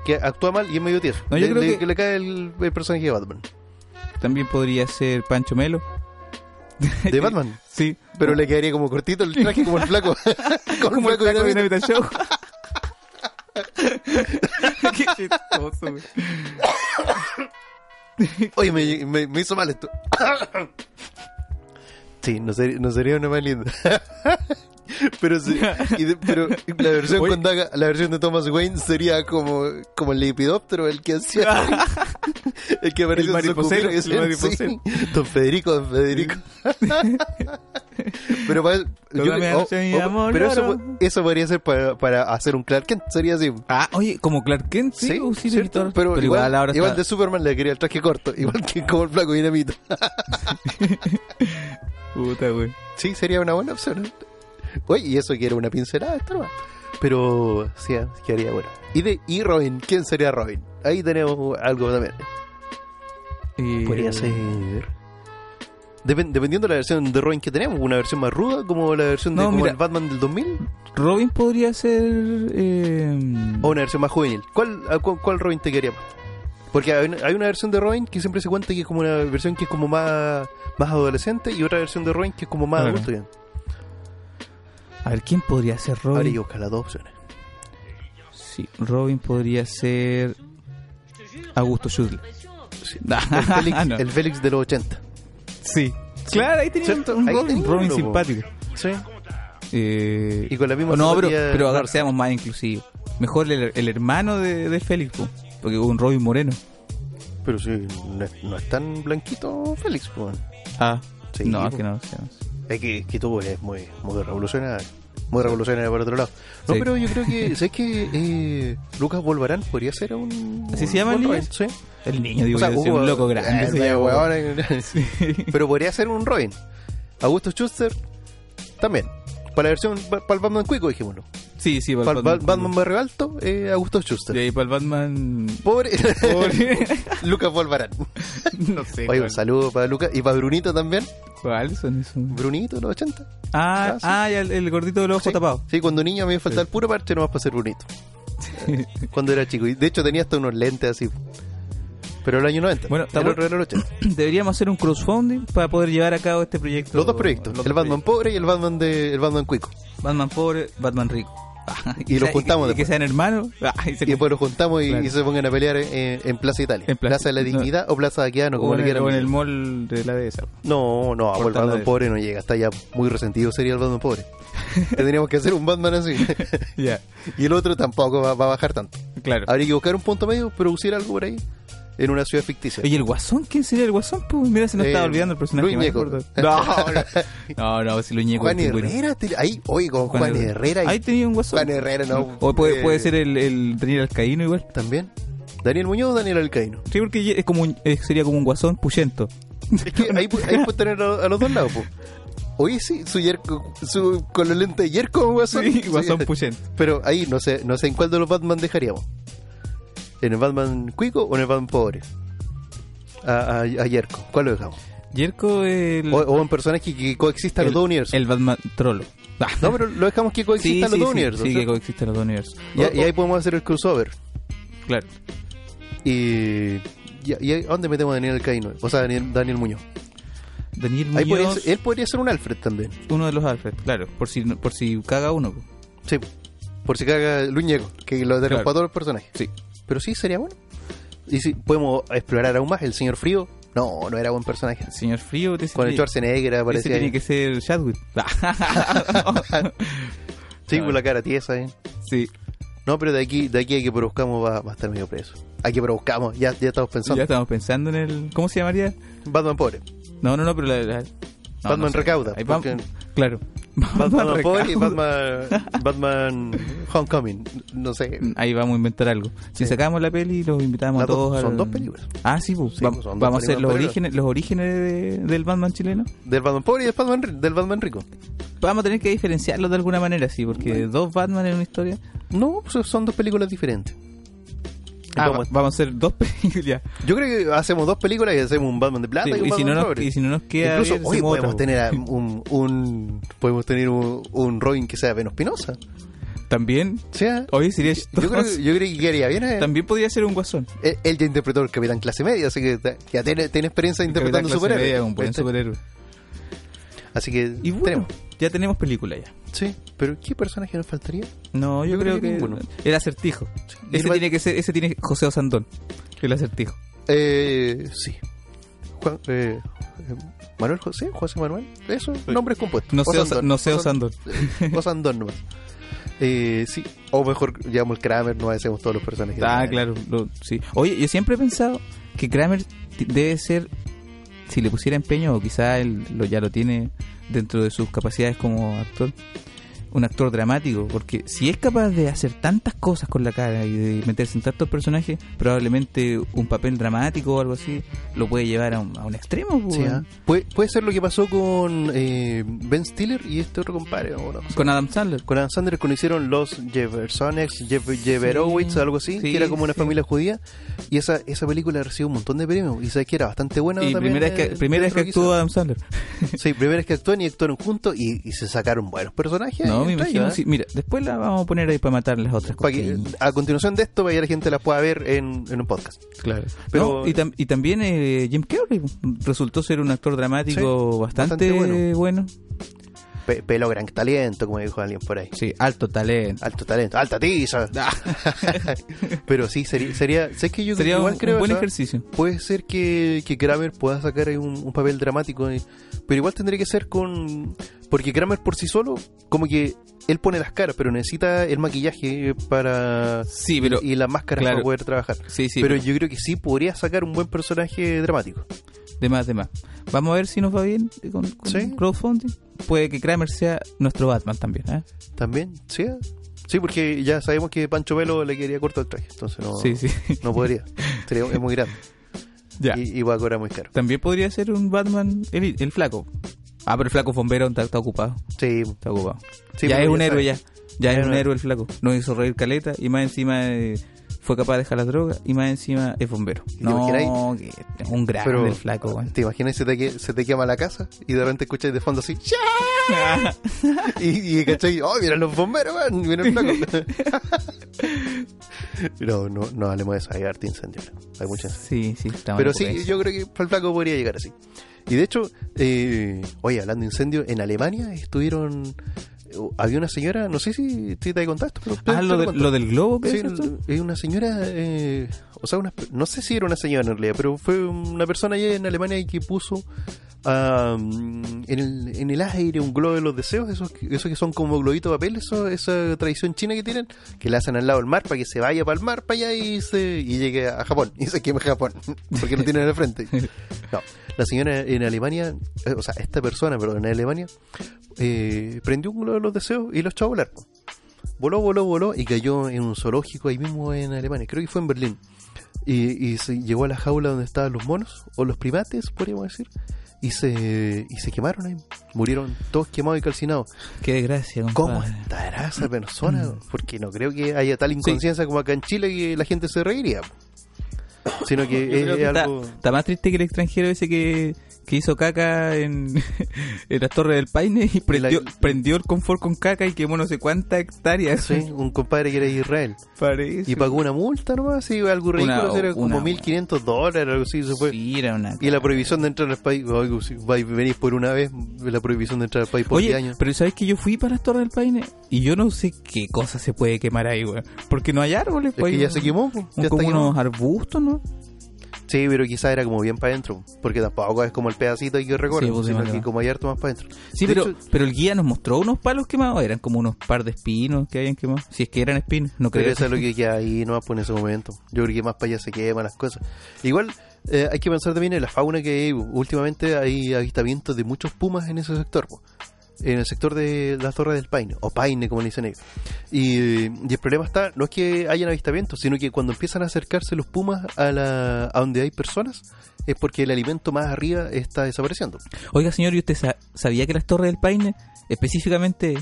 Speaker 2: que actúa mal y es medio tieso.
Speaker 1: No, yo
Speaker 2: Le-
Speaker 1: creo
Speaker 2: le-
Speaker 1: que-
Speaker 2: le cae el, el personaje de Batman.
Speaker 1: También podría ser Pancho Melo.
Speaker 2: De Batman.
Speaker 1: Sí.
Speaker 2: Pero le quedaría como cortito el traje, como el flaco. como el
Speaker 1: como el
Speaker 2: flaco de
Speaker 1: taco de
Speaker 2: Navidad.
Speaker 1: Navidad Show. Qué chistoso, güey.
Speaker 2: Oye, me, me- me hizo mal esto. sí, no, ser- no sería una más linda. pero, sí, y de- pero la versión
Speaker 1: Oye.
Speaker 2: con Daga- la versión de Thomas Wayne sería como, como el lepidóptero, el que hacía. el que
Speaker 1: El
Speaker 2: aparece en
Speaker 1: mariposero,
Speaker 2: Sokugiro,
Speaker 1: el mariposero.
Speaker 2: sí. Don Federico, don Federico. pero para- yo-
Speaker 1: Tómame
Speaker 2: oh,
Speaker 1: noche, mi
Speaker 2: oh,
Speaker 1: amor,
Speaker 2: pero eso,
Speaker 1: loro.
Speaker 2: po- eso podría ser para, para hacer un Clark Kent, sería así.
Speaker 1: Ah, oye, como Clark Kent, sí, oh, sí,
Speaker 2: ¿cierto?
Speaker 1: director.
Speaker 2: Pero, igual, igual,
Speaker 1: ahora está-
Speaker 2: de Superman le quería el traje corto, igual que como el flaco dinamita.
Speaker 1: Puta, güey.
Speaker 2: Sí, sería una buena opción. ¿eh? Oye, y eso que era una pincelada, está nomás. Pero, sí, ah, quedaría bueno. ¿Y, de, ¿Y Robin? ¿Quién sería Robin? Ahí tenemos algo también.
Speaker 1: Eh,
Speaker 2: Podría ser. Depen- dependiendo de la versión de Robin que tenemos, una versión más ruda, como la versión de
Speaker 1: No,
Speaker 2: como
Speaker 1: mira.
Speaker 2: el Batman del 2000,
Speaker 1: Robin podría ser. Eh,
Speaker 2: o una versión más juvenil. ¿Cuál, a cu- cuál Robin te quería más? Porque hay una, hay una versión de Robin que siempre se cuenta que es como una versión que es como más, más adolescente y otra versión de Robin que es como más
Speaker 1: Claro.
Speaker 2: adulto. ya.
Speaker 1: A ver, ¿quién podría ser Robin?
Speaker 2: Habría que buscar las dos opciones.
Speaker 1: Sí, Robin podría ser. Augusto Schudel.
Speaker 2: El Félix,
Speaker 1: Ah, no.
Speaker 2: el Félix de los 80.
Speaker 1: Sí. Claro, ahí tenía un,
Speaker 2: ¿Cierto?
Speaker 1: un
Speaker 2: Ahí
Speaker 1: Robin,
Speaker 2: tenía
Speaker 1: Robin
Speaker 2: uno, po.
Speaker 1: simpático.
Speaker 2: Sí.
Speaker 1: Eh,
Speaker 2: Y con la misma
Speaker 1: No, pero,
Speaker 2: zapatilla
Speaker 1: pero
Speaker 2: de
Speaker 1: ahora
Speaker 2: Barça.
Speaker 1: seamos más inclusivos. Mejor el, el hermano de, de Félix, po, porque un Robin Moreno.
Speaker 2: Pero sí, no es, no es tan blanquito Félix. po, bueno.
Speaker 1: Ah,
Speaker 2: Sí,
Speaker 1: no,
Speaker 2: po.
Speaker 1: es que no. o sea, no sé.
Speaker 2: Es que, que tú es muy, muy revolucionario. Muy revolucionario por otro lado. No,
Speaker 1: Sí.
Speaker 2: pero yo creo que, ¿sabes que Lucas Volvarán podría ser un.
Speaker 1: ¿Así se
Speaker 2: un
Speaker 1: llama el
Speaker 2: buen
Speaker 1: niño?
Speaker 2: Robin, Sí.
Speaker 1: El niño, digo,
Speaker 2: O sea,
Speaker 1: yo, sí,
Speaker 2: Hugo-
Speaker 1: un loco
Speaker 2: Ah,
Speaker 1: grande.
Speaker 2: el
Speaker 1: se
Speaker 2: medio
Speaker 1: llama, po.
Speaker 2: huevón. eh,
Speaker 1: Sí.
Speaker 2: Pero podría ser un Robin. Augusto Schuster también. Para la versión, para el Batman Cuico, dijimos.
Speaker 1: sí, sí,
Speaker 2: Para el Batman,
Speaker 1: Batman.
Speaker 2: Barrio Alto, eh, Augusto
Speaker 1: Y
Speaker 2: Schuster.
Speaker 1: ahí para el Batman.
Speaker 2: Pobre,
Speaker 1: Pobre.
Speaker 2: Lucas Volvarán.
Speaker 1: no sé.
Speaker 2: Oye, un
Speaker 1: cuál-
Speaker 2: saludo para Lucas y para Brunito también.
Speaker 1: ¿Cuál son esos?
Speaker 2: Brunito, los 80.
Speaker 1: Ah,
Speaker 2: Ah, sí.
Speaker 1: ah, ya el, el gordito del ojo
Speaker 2: Sí,
Speaker 1: tapado.
Speaker 2: Sí, cuando niño a mí me faltaba el puro parche nomás para ser bonito. cuando era chico. Y de hecho tenía hasta unos lentes así. Pero el año 90.
Speaker 1: Bueno,
Speaker 2: el
Speaker 1: estamos-
Speaker 2: otro era el 80.
Speaker 1: Deberíamos hacer un crowdfunding para poder llevar a cabo este proyecto.
Speaker 2: Los dos proyectos.
Speaker 1: Los
Speaker 2: el
Speaker 1: dos
Speaker 2: Batman pobre y el Batman de el Batman cuico.
Speaker 1: proyectos. Batman pobre, Batman rico.
Speaker 2: Y los
Speaker 1: que-
Speaker 2: juntamos
Speaker 1: Y que
Speaker 2: después.
Speaker 1: sean hermanos. Ah, y se-
Speaker 2: Y después los juntamos y,
Speaker 1: Claro.
Speaker 2: y se pongan a pelear en, en Plaza Italia.
Speaker 1: En Plaza-
Speaker 2: Plaza, de la Dignidad o Plaza de Aquedano, como
Speaker 1: o en,
Speaker 2: le
Speaker 1: el,
Speaker 2: quieran.
Speaker 1: o en el mall de la dehesa.
Speaker 2: No, no, el
Speaker 1: Cortando
Speaker 2: Batman
Speaker 1: de-
Speaker 2: pobre no llega. Está ya muy resentido sería el Batman pobre. Tendríamos que hacer un Batman así.
Speaker 1: Ya,
Speaker 2: y el otro tampoco va- va a bajar tanto.
Speaker 1: claro.
Speaker 2: Habría que buscar un punto medio, producir algo por ahí en una ciudad ficticia.
Speaker 1: Oye, el guasón, ¿quién sería el guasón? Pues mira, se nos
Speaker 2: Eh,
Speaker 1: estaba olvidando el personaje.
Speaker 2: Luis
Speaker 1: más
Speaker 2: Ñeco.
Speaker 1: importante. No, no, no, si Luis Ñeco
Speaker 2: Juan
Speaker 1: es muy este bueno.
Speaker 2: Herrera, te- ahí, oye, con Juan, Herrera. y-
Speaker 1: Ahí tenía un guasón.
Speaker 2: Juan Herrera, no.
Speaker 1: O puede,
Speaker 2: eh,
Speaker 1: puede ser el, el Daniel Alcaíno igual.
Speaker 2: También. Daniel Muñoz o Daniel Alcaíno.
Speaker 1: Sí, porque es como un- eh, sería como un guasón puyento.
Speaker 2: Es que ahí, pu- ahí puedes tener a, a los dos lados, po. Oye, sí, su, yerco- su con los lentes de Yerko, guasón.
Speaker 1: Sí, guasón pues.
Speaker 2: Sí.
Speaker 1: puyento.
Speaker 2: Pero ahí no sé, no sé en cuál de los Batman dejaríamos. ¿En el Batman Cuico o en el Batman Pobre? A, a, a Yerko, ¿cuál lo dejamos?
Speaker 1: Jerko es el,
Speaker 2: O, o un personaje que coexista en los
Speaker 1: el,
Speaker 2: dos universos.
Speaker 1: el Batman trolo. Ah.
Speaker 2: No, pero lo dejamos que coexista en los
Speaker 1: sí,
Speaker 2: dos
Speaker 1: sí,
Speaker 2: universos.
Speaker 1: Sí, que
Speaker 2: ¿cierto?
Speaker 1: coexisten los dos universos.
Speaker 2: y,
Speaker 1: O-
Speaker 2: y ahí podemos hacer el crossover.
Speaker 1: o- claro.
Speaker 2: Y, y, y ahí- ¿a dónde metemos a Daniel Alcaíno? O sea, Daniel, Daniel Muñoz.
Speaker 1: Daniel
Speaker 2: Ahí podría
Speaker 1: Muñoz,
Speaker 2: ser- eh. él podría ser un Alfred también.
Speaker 1: uno de los Alfred, claro, por si por si caga uno. po.
Speaker 2: Sí, por si caga Luñeco, que lo derrumba
Speaker 1: Claro.
Speaker 2: todos los personajes.
Speaker 1: Sí.
Speaker 2: Pero sí, sería bueno. Y si podemos explorar aún más el señor Frío. No, no era buen personaje.
Speaker 1: El señor Frío te
Speaker 2: Con el Schwarzenegger
Speaker 1: ese
Speaker 2: aparecía.
Speaker 1: tiene
Speaker 2: ahí.
Speaker 1: que ser Chadwick.
Speaker 2: Sí, con la cara tiesa. ahí.
Speaker 1: sí,
Speaker 2: No, pero de aquí, de aquí a que produzcamos va, va a estar medio preso. A que produzcamos, ya, ya estamos pensando.
Speaker 1: ya estamos pensando en el ¿Cómo se llamaría?
Speaker 2: Batman pobre.
Speaker 1: No, no, no, pero la, la- no,
Speaker 2: Batman
Speaker 1: sé.
Speaker 2: recauda,
Speaker 1: Ahí va-
Speaker 2: porque-
Speaker 1: Claro.
Speaker 2: Batman, pobre y
Speaker 1: recauda.
Speaker 2: Batman, Batman Homecoming. No sé.
Speaker 1: Ahí vamos a inventar algo. Si
Speaker 2: Sí.
Speaker 1: sacamos la peli, los invitamos
Speaker 2: Las
Speaker 1: a todos.
Speaker 2: dos-
Speaker 1: al-
Speaker 2: son dos películas.
Speaker 1: Ah, sí, pues,
Speaker 2: Sí,
Speaker 1: va-
Speaker 2: pues, son dos
Speaker 1: vamos a hacer los
Speaker 2: películas
Speaker 1: orígenes, los orígenes de- del Batman chileno.
Speaker 2: Del Batman pobre y del Batman, ri- del Batman rico.
Speaker 1: Vamos a tener que diferenciarlos de alguna manera, sí, porque dos Batman en una historia.
Speaker 2: No, so- son dos películas diferentes.
Speaker 1: Ah, va-
Speaker 2: Vamos-
Speaker 1: vamos, a hacer dos películas.
Speaker 2: Yo creo que hacemos dos películas y hacemos un Batman de plata
Speaker 1: Sí,
Speaker 2: y un
Speaker 1: y, si
Speaker 2: Batman
Speaker 1: no nos,
Speaker 2: pobre.
Speaker 1: y si no nos queda.
Speaker 2: Incluso
Speaker 1: bien,
Speaker 2: hoy
Speaker 1: hacemos
Speaker 2: podemos
Speaker 1: otra,
Speaker 2: tener a un, un- podemos tener un, un Robin que sea menos pinosa.
Speaker 1: pues. También.
Speaker 2: O sea,
Speaker 1: Hoy sería.
Speaker 2: yo creo, yo creo que quedaría bien. eh.
Speaker 1: También podría ser un guasón.
Speaker 2: Él, él ya interpretó el Capitán Clase Media, así que ta- ya tiene, tiene experiencia interpretando
Speaker 1: Capitán Clase
Speaker 2: superhéroes.
Speaker 1: Media, Un buen
Speaker 2: ¿Viste?
Speaker 1: superhéroe.
Speaker 2: Así que
Speaker 1: Y bueno,
Speaker 2: tenemos.
Speaker 1: ya tenemos película ya.
Speaker 2: Sí, pero ¿qué personaje nos faltaría?
Speaker 1: No, yo, creo, que,
Speaker 2: ninguno.
Speaker 1: el acertijo.
Speaker 2: Y el
Speaker 1: Ese
Speaker 2: Bat-
Speaker 1: tiene que ser, ese tiene José Osandón, el acertijo.
Speaker 2: Eh, sí. Juan, eh, eh, Manuel José, José Manuel, eso, nombres compuestos.
Speaker 1: No sé,
Speaker 2: Osandón,
Speaker 1: Osa- no sé
Speaker 2: Osandón.
Speaker 1: Osandón.
Speaker 2: Eh, Osandón nomás. Eh, sí, o mejor llamamos el Kramer, no hacemos todos los personajes.
Speaker 1: Ah, claro, lo- sí. Oye, yo siempre he pensado que Kramer t- debe ser, si le pusiera empeño, o quizá él lo, ya lo tiene dentro de sus capacidades como actor, un actor dramático, porque si es capaz de hacer tantas cosas con la cara y de meterse en tantos personajes, probablemente un papel dramático o algo así lo puede llevar a un, a un extremo. pues,
Speaker 2: Sí, ah. Puede, puede ser lo que pasó con eh, Ben Stiller y este otro compadre, ¿no? No sé.
Speaker 1: Con Adam Sandler.
Speaker 2: Con Adam Sandler cuando hicieron los Jeffersonics, Jeff, Jefferowitz, algo así,
Speaker 1: sí,
Speaker 2: que era como una
Speaker 1: sí.
Speaker 2: familia judía. Y esa, esa película recibió un montón de premios. Y sabes que era bastante buena.
Speaker 1: y
Speaker 2: también,
Speaker 1: primera vez
Speaker 2: eh,
Speaker 1: que, primera vez que
Speaker 2: dentro de lo
Speaker 1: actuó Adam Sandler.
Speaker 2: hizo. Sí, primera vez que actúan y actuaron juntos y, y se sacaron buenos personajes.
Speaker 1: No, me
Speaker 2: entre
Speaker 1: imagino.
Speaker 2: ellos,
Speaker 1: sí.
Speaker 2: ¿eh?
Speaker 1: Mira, después la vamos a poner ahí para matar las otras
Speaker 2: Para que, eh,
Speaker 1: cosas.
Speaker 2: a continuación de esto, para que la gente la pueda ver en, en un podcast.
Speaker 1: Claro.
Speaker 2: Pero-
Speaker 1: Pero, y, tam- y también eh, Jim Carrey resultó ser un actor dramático
Speaker 2: Sí,
Speaker 1: bastante,
Speaker 2: bastante
Speaker 1: bueno.
Speaker 2: Pe- pelo gran talento, como dijo alguien por ahí.
Speaker 1: Sí, alto talento.
Speaker 2: Alto talento, alta tiza. Pero sí, sería. sería ¿Sabes que yo
Speaker 1: Sería un,
Speaker 2: igual creo
Speaker 1: un buen
Speaker 2: o sea,
Speaker 1: ejercicio.
Speaker 2: Puede ser que, que Kramer pueda sacar ahí un, un papel dramático, eh, pero igual tendría que ser con... Porque Kramer por sí solo, como que él pone las caras, pero necesita el maquillaje para...
Speaker 1: Sí, pero
Speaker 2: Y las máscaras
Speaker 1: claro.
Speaker 2: para poder trabajar.
Speaker 1: sí, sí,
Speaker 2: pero
Speaker 1: pero-
Speaker 2: yo creo que sí podría sacar un buen personaje dramático.
Speaker 1: de más, de más. Vamos a ver si nos va bien con, con
Speaker 2: Sí.
Speaker 1: crowdfunding. Puede que Kramer sea nuestro Batman también. ¿eh?
Speaker 2: También, sí. ah. Sí, porque ya sabemos que Pancho Velo le quedaría corto el traje, entonces no,
Speaker 1: Sí, sí.
Speaker 2: no podría. Sería, es muy grande
Speaker 1: ya.
Speaker 2: y, y va a cobrar muy caro.
Speaker 1: También podría ser un Batman el, el flaco. Ah, pero el flaco es bombero está, está ocupado.
Speaker 2: Sí,
Speaker 1: Está ocupado.
Speaker 2: sí,
Speaker 1: ya
Speaker 2: pero
Speaker 1: es un
Speaker 2: ya
Speaker 1: héroe
Speaker 2: sabes.
Speaker 1: ya. Ya
Speaker 2: Ya
Speaker 1: es
Speaker 2: no
Speaker 1: un
Speaker 2: es.
Speaker 1: héroe el flaco. Nos hizo reír caleta y más encima eh, fue capaz de dejar las drogas y más encima es bombero.
Speaker 2: ¿Y te
Speaker 1: No,
Speaker 2: imagináis?
Speaker 1: que- este un grande
Speaker 2: Pero-
Speaker 1: el flaco, weón.
Speaker 2: ¿Te imaginas se te, que- se te quema la casa y de repente escuchas de fondo así "Ya", y, y cachai, oh, miren los bomberos, man, miren el flaco. no, no, no hablemos de eso, hay harto incendio, bro. hay muchas.
Speaker 1: Sí, sí, está
Speaker 2: Pero
Speaker 1: mal pues. por
Speaker 2: sí,
Speaker 1: eso.
Speaker 2: yo creo que para el flaco podría llegar así. Y de hecho, eh, oye, hablando de incendio, en Alemania estuvieron, eh, había una señora, no sé si, si te contacto, pero
Speaker 1: Ah, lo,
Speaker 2: te
Speaker 1: de-
Speaker 2: cuento.
Speaker 1: lo del globo pues, que
Speaker 2: Sí,
Speaker 1: dices tú?
Speaker 2: es una señora, eh, o sea, una- no sé si era una señora en realidad, pero fue una persona allá en Alemania y que puso ah, mm, en, el, en el aire un globo de los deseos, esos, que- esos que son como globitos de papel, eso, esa tradición china que tienen, que la hacen al lado del mar para que se vaya para el mar, para allá y, se, y llegue a Japón, y se queme Japón, porque lo tienen en la frente. No, la señora en Alemania, eh, o sea, esta persona, perdón, en Alemania, eh, prendió un globo de los deseos y los echó a volar. Voló, voló, voló y cayó en un zoológico ahí mismo en Alemania. Creo que fue en Berlín. Y, y se llegó a la jaula donde estaban los monos, o los primates, podríamos decir. Y se, y se quemaron ahí. Murieron todos quemados y calcinados.
Speaker 1: Qué desgracia,
Speaker 2: ¿Cómo
Speaker 1: compadre.
Speaker 2: estará esa persona?
Speaker 1: Mm.
Speaker 2: Porque no creo que haya tal inconsciencia como acá en Chile que la gente se reiría. Sino que
Speaker 1: Yo creo
Speaker 2: es,
Speaker 1: que
Speaker 2: es
Speaker 1: está,
Speaker 2: algo...
Speaker 1: está más triste que el extranjero ese que, que hizo caca en, en las torres del Paine y prendió, prendió el confort con caca y quemó no sé cuántas hectáreas.
Speaker 2: Sí, un compadre que era de Israel.
Speaker 1: Parece.
Speaker 2: Y pagó una multa nomás, sí, algo ridículo,
Speaker 1: Una-
Speaker 2: era
Speaker 1: una-
Speaker 2: como 1500 dólares, algo así, se fue.
Speaker 1: Sí, era una
Speaker 2: Y la prohibición de entrar al país, algo así, vais- venís por una vez, la prohibición de entrar al país por
Speaker 1: Oye,
Speaker 2: 10 años.
Speaker 1: pero ¿sabes que yo fui para las Torres del Paine? Y yo no sé qué cosa se puede quemar ahí, weón. Porque no hay árboles,
Speaker 2: Es que ya se quemó, pues, ya está
Speaker 1: como
Speaker 2: quemado.
Speaker 1: unos arbustos, ¿no?
Speaker 2: Sí, pero quizás era como bien para adentro, porque tampoco es como el pedacito ahí que recorres,
Speaker 1: Sí, pues, sí,
Speaker 2: sino
Speaker 1: vale,
Speaker 2: que
Speaker 1: va.
Speaker 2: como hay harto más para adentro.
Speaker 1: Sí,
Speaker 2: De
Speaker 1: pero,
Speaker 2: hecho-
Speaker 1: pero el guía nos mostró unos palos quemados. Eran como unos par de espinos que habían quemado. Si es que eran espinos, no
Speaker 2: Pero
Speaker 1: creo.
Speaker 2: eso es lo que queda ahí nomás por en ese momento. Yo creo que más para allá se queman las cosas. Igual eh, hay que pensar también en la fauna que hay. Últimamente hay avistamientos de muchos pumas en ese sector. po. En el sector de las torres del paine, o paine como le dicen ellos. Y, y el problema está, no es que hayan avistamientos, sino que cuando empiezan a acercarse los pumas a, la, a donde hay personas, es porque el alimento más arriba está desapareciendo.
Speaker 1: Oiga, señor, ¿y usted sa- sabía que las Torres del Paine, específicamente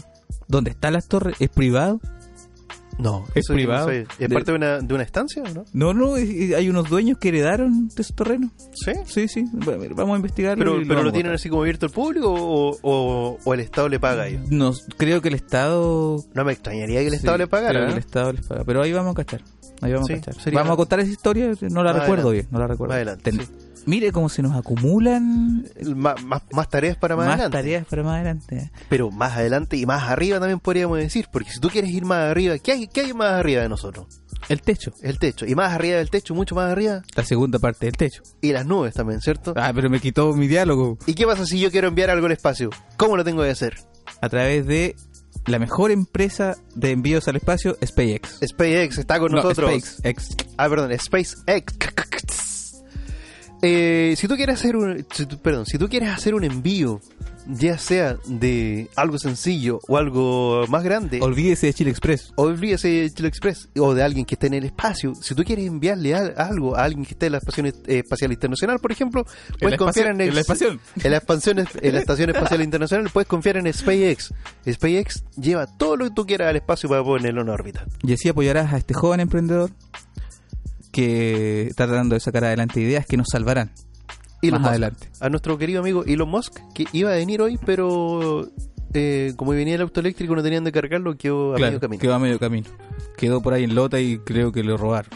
Speaker 1: donde están las torres, es privado?
Speaker 2: No,
Speaker 1: Es
Speaker 2: eso yo no
Speaker 1: privado.
Speaker 2: sabía. ¿Es
Speaker 1: De-
Speaker 2: parte de una, de una estancia o no?
Speaker 1: No, no, es- es- hay unos dueños que heredaron de esos terrenos.
Speaker 2: Sí.
Speaker 1: Sí, sí, bueno, a ver, vamos a investigarlo.
Speaker 2: Pero,
Speaker 1: y
Speaker 2: pero lo
Speaker 1: vamos a
Speaker 2: tienen así como abierto al público o, o- o el Estado le paga a ellos.
Speaker 1: botar. Nos, creo que el Estado
Speaker 2: No me extrañaría que el
Speaker 1: Sí,
Speaker 2: Estado le
Speaker 1: creo
Speaker 2: pagara. ¿eh?
Speaker 1: que
Speaker 2: ¿no?
Speaker 1: el Estado les paga. Pero ahí vamos a cachar. Ahí vamos
Speaker 2: Sí,
Speaker 1: a cachar.
Speaker 2: sería-
Speaker 1: Vamos a contar esa historia, no la
Speaker 2: Más
Speaker 1: recuerdo bien,
Speaker 2: adelante.
Speaker 1: no la recuerdo.
Speaker 2: Más adelante,
Speaker 1: Ten-
Speaker 2: sí.
Speaker 1: Mire cómo se nos acumulan
Speaker 2: El- ma- Más, más tareas para más,
Speaker 1: más
Speaker 2: adelante.
Speaker 1: tareas para más adelante.
Speaker 2: Pero más adelante y más arriba también podríamos decir. Porque si tú quieres ir más arriba, ¿qué hay, qué hay más arriba de nosotros?
Speaker 1: El techo,
Speaker 2: El techo. Y más arriba del techo, mucho más arriba.
Speaker 1: la segunda parte del techo.
Speaker 2: Y las nubes también, ¿cierto?
Speaker 1: Ah, pero me quitó mi diálogo.
Speaker 2: ¿Y qué pasa si yo quiero enviar algo al espacio? ¿Cómo lo tengo que hacer?
Speaker 1: A través de la mejor empresa de envíos al espacio, SpaceX.
Speaker 2: SpaceX está con
Speaker 1: No,
Speaker 2: nosotros.
Speaker 1: SpaceX.
Speaker 2: Ah, perdón, SpaceX. Eh, si tú quieres hacer un, si tú- perdón, si tú quieres hacer un envío, ya sea de algo sencillo o algo más grande,
Speaker 1: Olvídese de Chile Express.
Speaker 2: olvídese de Chile Express o de alguien que esté en el espacio. Si tú quieres enviarle al- algo a alguien que esté en la Estación est- eh, Espacial Internacional, por ejemplo, puedes
Speaker 1: la
Speaker 2: confiar
Speaker 1: espacio-
Speaker 2: en,
Speaker 1: en la
Speaker 2: ex-
Speaker 1: espación.
Speaker 2: en la expansión es- en la Estación Espacial Internacional, puedes confiar en SpaceX. SpaceX lleva todo lo que tú quieras al espacio para ponerlo en órbita.
Speaker 1: Y así apoyarás a este joven emprendedor que está tratando de sacar adelante ideas que nos salvarán.
Speaker 2: Elon
Speaker 1: Más
Speaker 2: Musk.
Speaker 1: adelante.
Speaker 2: A nuestro querido amigo Elon Musk, que iba a venir hoy, pero eh, como venía el auto eléctrico no tenían de cargarlo, quedó a medio camino.
Speaker 1: Quedó a medio camino. Quedó por ahí en lota y creo que lo robaron.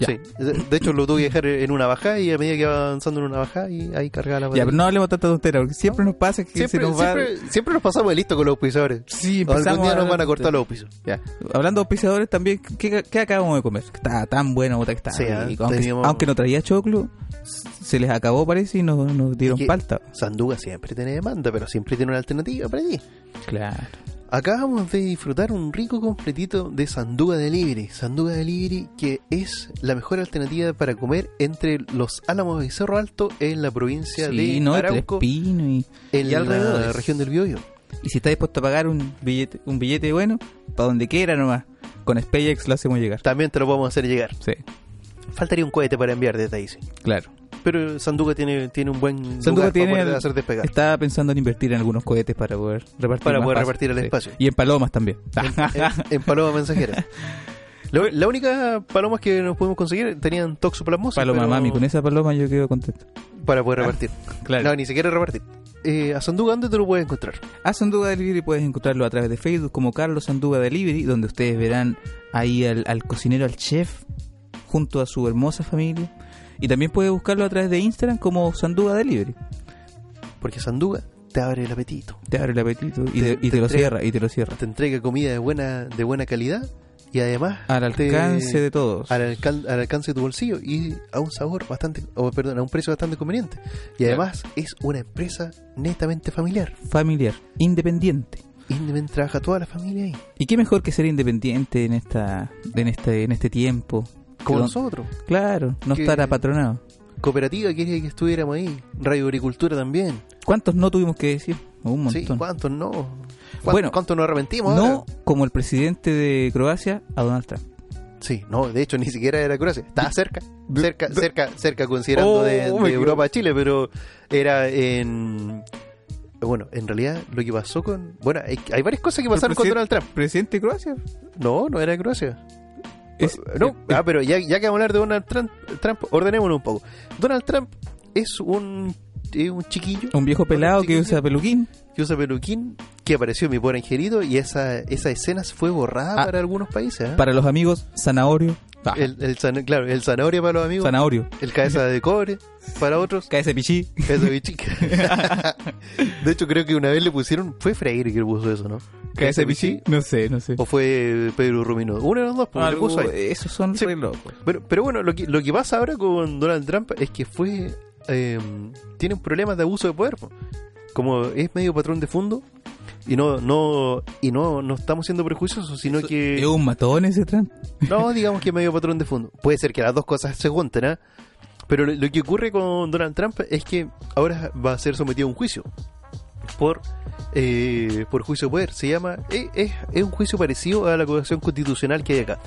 Speaker 1: ya.
Speaker 2: Sí. De de hecho, lo tuve que dejar en una bajada y a medida que va avanzando en una bajada, y ahí cargaba la
Speaker 1: Ya,
Speaker 2: batería.
Speaker 1: pero no hablemos tanta tontera, porque siempre nos pasa que
Speaker 2: siempre,
Speaker 1: se nos va.
Speaker 2: siempre- siempre nos pasamos de listo con los auspiciadores.
Speaker 1: Sí,
Speaker 2: Algún
Speaker 1: empezamos
Speaker 2: día
Speaker 1: a-
Speaker 2: nos van a cortar los pisos.
Speaker 1: Ya. Hablando de auspiciadores también, ¿qué, qué acabamos de comer? Que Estaba tan buena bota que estaba.
Speaker 2: Sí, ah,
Speaker 1: rico. aunque,
Speaker 2: teníamos-
Speaker 1: aunque no traía choclo, se les acabó parece y nos, nos dieron
Speaker 2: Y que-
Speaker 1: palta.
Speaker 2: Sanduga siempre tiene demanda, pero siempre tiene una alternativa para ti.
Speaker 1: Claro.
Speaker 2: Acabamos de disfrutar un rico completito de Sanduga Delivery. Sanduga Delivery que es la mejor alternativa para comer entre los Álamos y Cerro Alto en la provincia
Speaker 1: Sí,
Speaker 2: de
Speaker 1: no, y tres
Speaker 2: Arauco,
Speaker 1: pinos y.
Speaker 2: en
Speaker 1: y alrededores.
Speaker 2: la región del Biobío.
Speaker 1: Y si está dispuesto a pagar un billete, un billete bueno, para donde quiera nomás. Con SpaceX lo hacemos llegar.
Speaker 2: También te lo podemos hacer llegar.
Speaker 1: Sí,
Speaker 2: Faltaría un cohete para enviar desde ahí. sí.
Speaker 1: claro.
Speaker 2: Pero Sanduga tiene, tiene un buen
Speaker 1: Sanduga
Speaker 2: lugar
Speaker 1: tiene
Speaker 2: para poder
Speaker 1: el-
Speaker 2: hacer despegar.
Speaker 1: Estaba pensando en invertir en algunos cohetes para poder repartir
Speaker 2: Para
Speaker 1: más
Speaker 2: poder
Speaker 1: fácil,
Speaker 2: repartir el espacio.
Speaker 1: Y en palomas también.
Speaker 2: en, en paloma mensajera. La, la única paloma que nos pudimos conseguir tenían toxoplasmosis.
Speaker 1: paloma
Speaker 2: pero-
Speaker 1: mami, con Ah. esa paloma yo quedo contento.
Speaker 2: Para poder repartir.
Speaker 1: Claro.
Speaker 2: No, ni siquiera repartir. Eh, a Sanduga, ¿dónde te lo puedes encontrar?
Speaker 1: A Sanduga Delivery puedes encontrarlo a través de Facebook como Carlos Sanduga Delivery, donde ustedes verán ahí al, al cocinero, al chef, junto a su hermosa familia. Y también puedes buscarlo a través de Instagram como Sanduga Delivery.
Speaker 2: Porque Sanduga te abre el apetito.
Speaker 1: Te abre el apetito y
Speaker 2: Te-
Speaker 1: te, y
Speaker 2: te
Speaker 1: te lo
Speaker 2: entrega-
Speaker 1: cierra, y te lo cierra.
Speaker 2: Te entrega comida de buena, de buena calidad y además
Speaker 1: Al
Speaker 2: te-
Speaker 1: alcance de todos.
Speaker 2: al, alcal- al alcance de tu bolsillo y a un sabor bastante, o perdón, a un precio bastante conveniente. Y además es una empresa netamente familiar.
Speaker 1: Familiar, independiente.
Speaker 2: Indemen trabaja toda la familia ahí,
Speaker 1: Y qué mejor que ser independiente en esta, en este, en este tiempo.
Speaker 2: como
Speaker 1: Don-
Speaker 2: nosotros.
Speaker 1: Claro, no
Speaker 2: Que-
Speaker 1: estar apatronado.
Speaker 2: Cooperativa quería que estuviéramos ahí, Radio Agricultura también.
Speaker 1: ¿Cuántos no tuvimos que decir? Un
Speaker 2: Sí,
Speaker 1: montón.
Speaker 2: ¿cuántos no? ¿Cuántos,
Speaker 1: Bueno,
Speaker 2: ¿cuántos nos arrepentimos?
Speaker 1: no
Speaker 2: ahora?
Speaker 1: como el presidente de Croacia a Donald Trump.
Speaker 2: Sí, no, de hecho ni siquiera era Croacia, estaba cerca,
Speaker 1: De-
Speaker 2: cerca,
Speaker 1: de-
Speaker 2: cerca, cerca considerando
Speaker 1: Oh,
Speaker 2: de, de
Speaker 1: me equivoco.
Speaker 2: Europa a Chile, pero era en bueno, en realidad lo que pasó con bueno, hay, hay varias cosas que pasaron con
Speaker 1: presidente-
Speaker 2: Donald Trump.
Speaker 1: ¿Presidente de Croacia?
Speaker 2: No, no era Croacia.
Speaker 1: Es-
Speaker 2: No, ah, pero ya, ya que vamos a hablar de Donald Trump, Trump, ordenémonos un poco. Donald Trump es un es un chiquillo.
Speaker 1: Un viejo pelado que
Speaker 2: chiquillo.
Speaker 1: usa peluquín.
Speaker 2: que usa peluquín, que apareció en mi pobre angelito y esa, esa escena fue borrada
Speaker 1: Ah.
Speaker 2: para algunos países. ¿eh?
Speaker 1: Para los amigos, zanahorio. Ah,
Speaker 2: el, el zan- claro, el zanahoria para los amigos,
Speaker 1: zanahorio.
Speaker 2: el cabeza de cobre para otros,
Speaker 1: Cae ese pichí.
Speaker 2: cabeza de chica. de hecho, creo que una vez le pusieron, fue Freire que le puso eso, ¿no?
Speaker 1: Cae ese pichí. No sé, no sé.
Speaker 2: ¿O fue Pedro Rumino? Uno de los dos, pues, le
Speaker 1: Algo-
Speaker 2: puso ahí.
Speaker 1: esos son
Speaker 2: Sí.
Speaker 1: re locos.
Speaker 2: Pero, pero bueno, lo que, lo que pasa ahora con Donald Trump es que fue. eh, tiene un problema de abuso de poder. po. Como es medio patrón de fondo. Y no, no, y no, no estamos siendo prejuiciosos, sino
Speaker 1: Es
Speaker 2: que.
Speaker 1: un matón ese Trump.
Speaker 2: No, digamos que es medio patrón de fondo. Puede ser que las dos cosas se junten, ¿ah? Pero lo, lo que ocurre con Donald Trump es que ahora va a ser sometido a un juicio. Por, eh, por juicio de poder. Se llama. eh, Es, es un juicio parecido a la acusación constitucional que hay acá.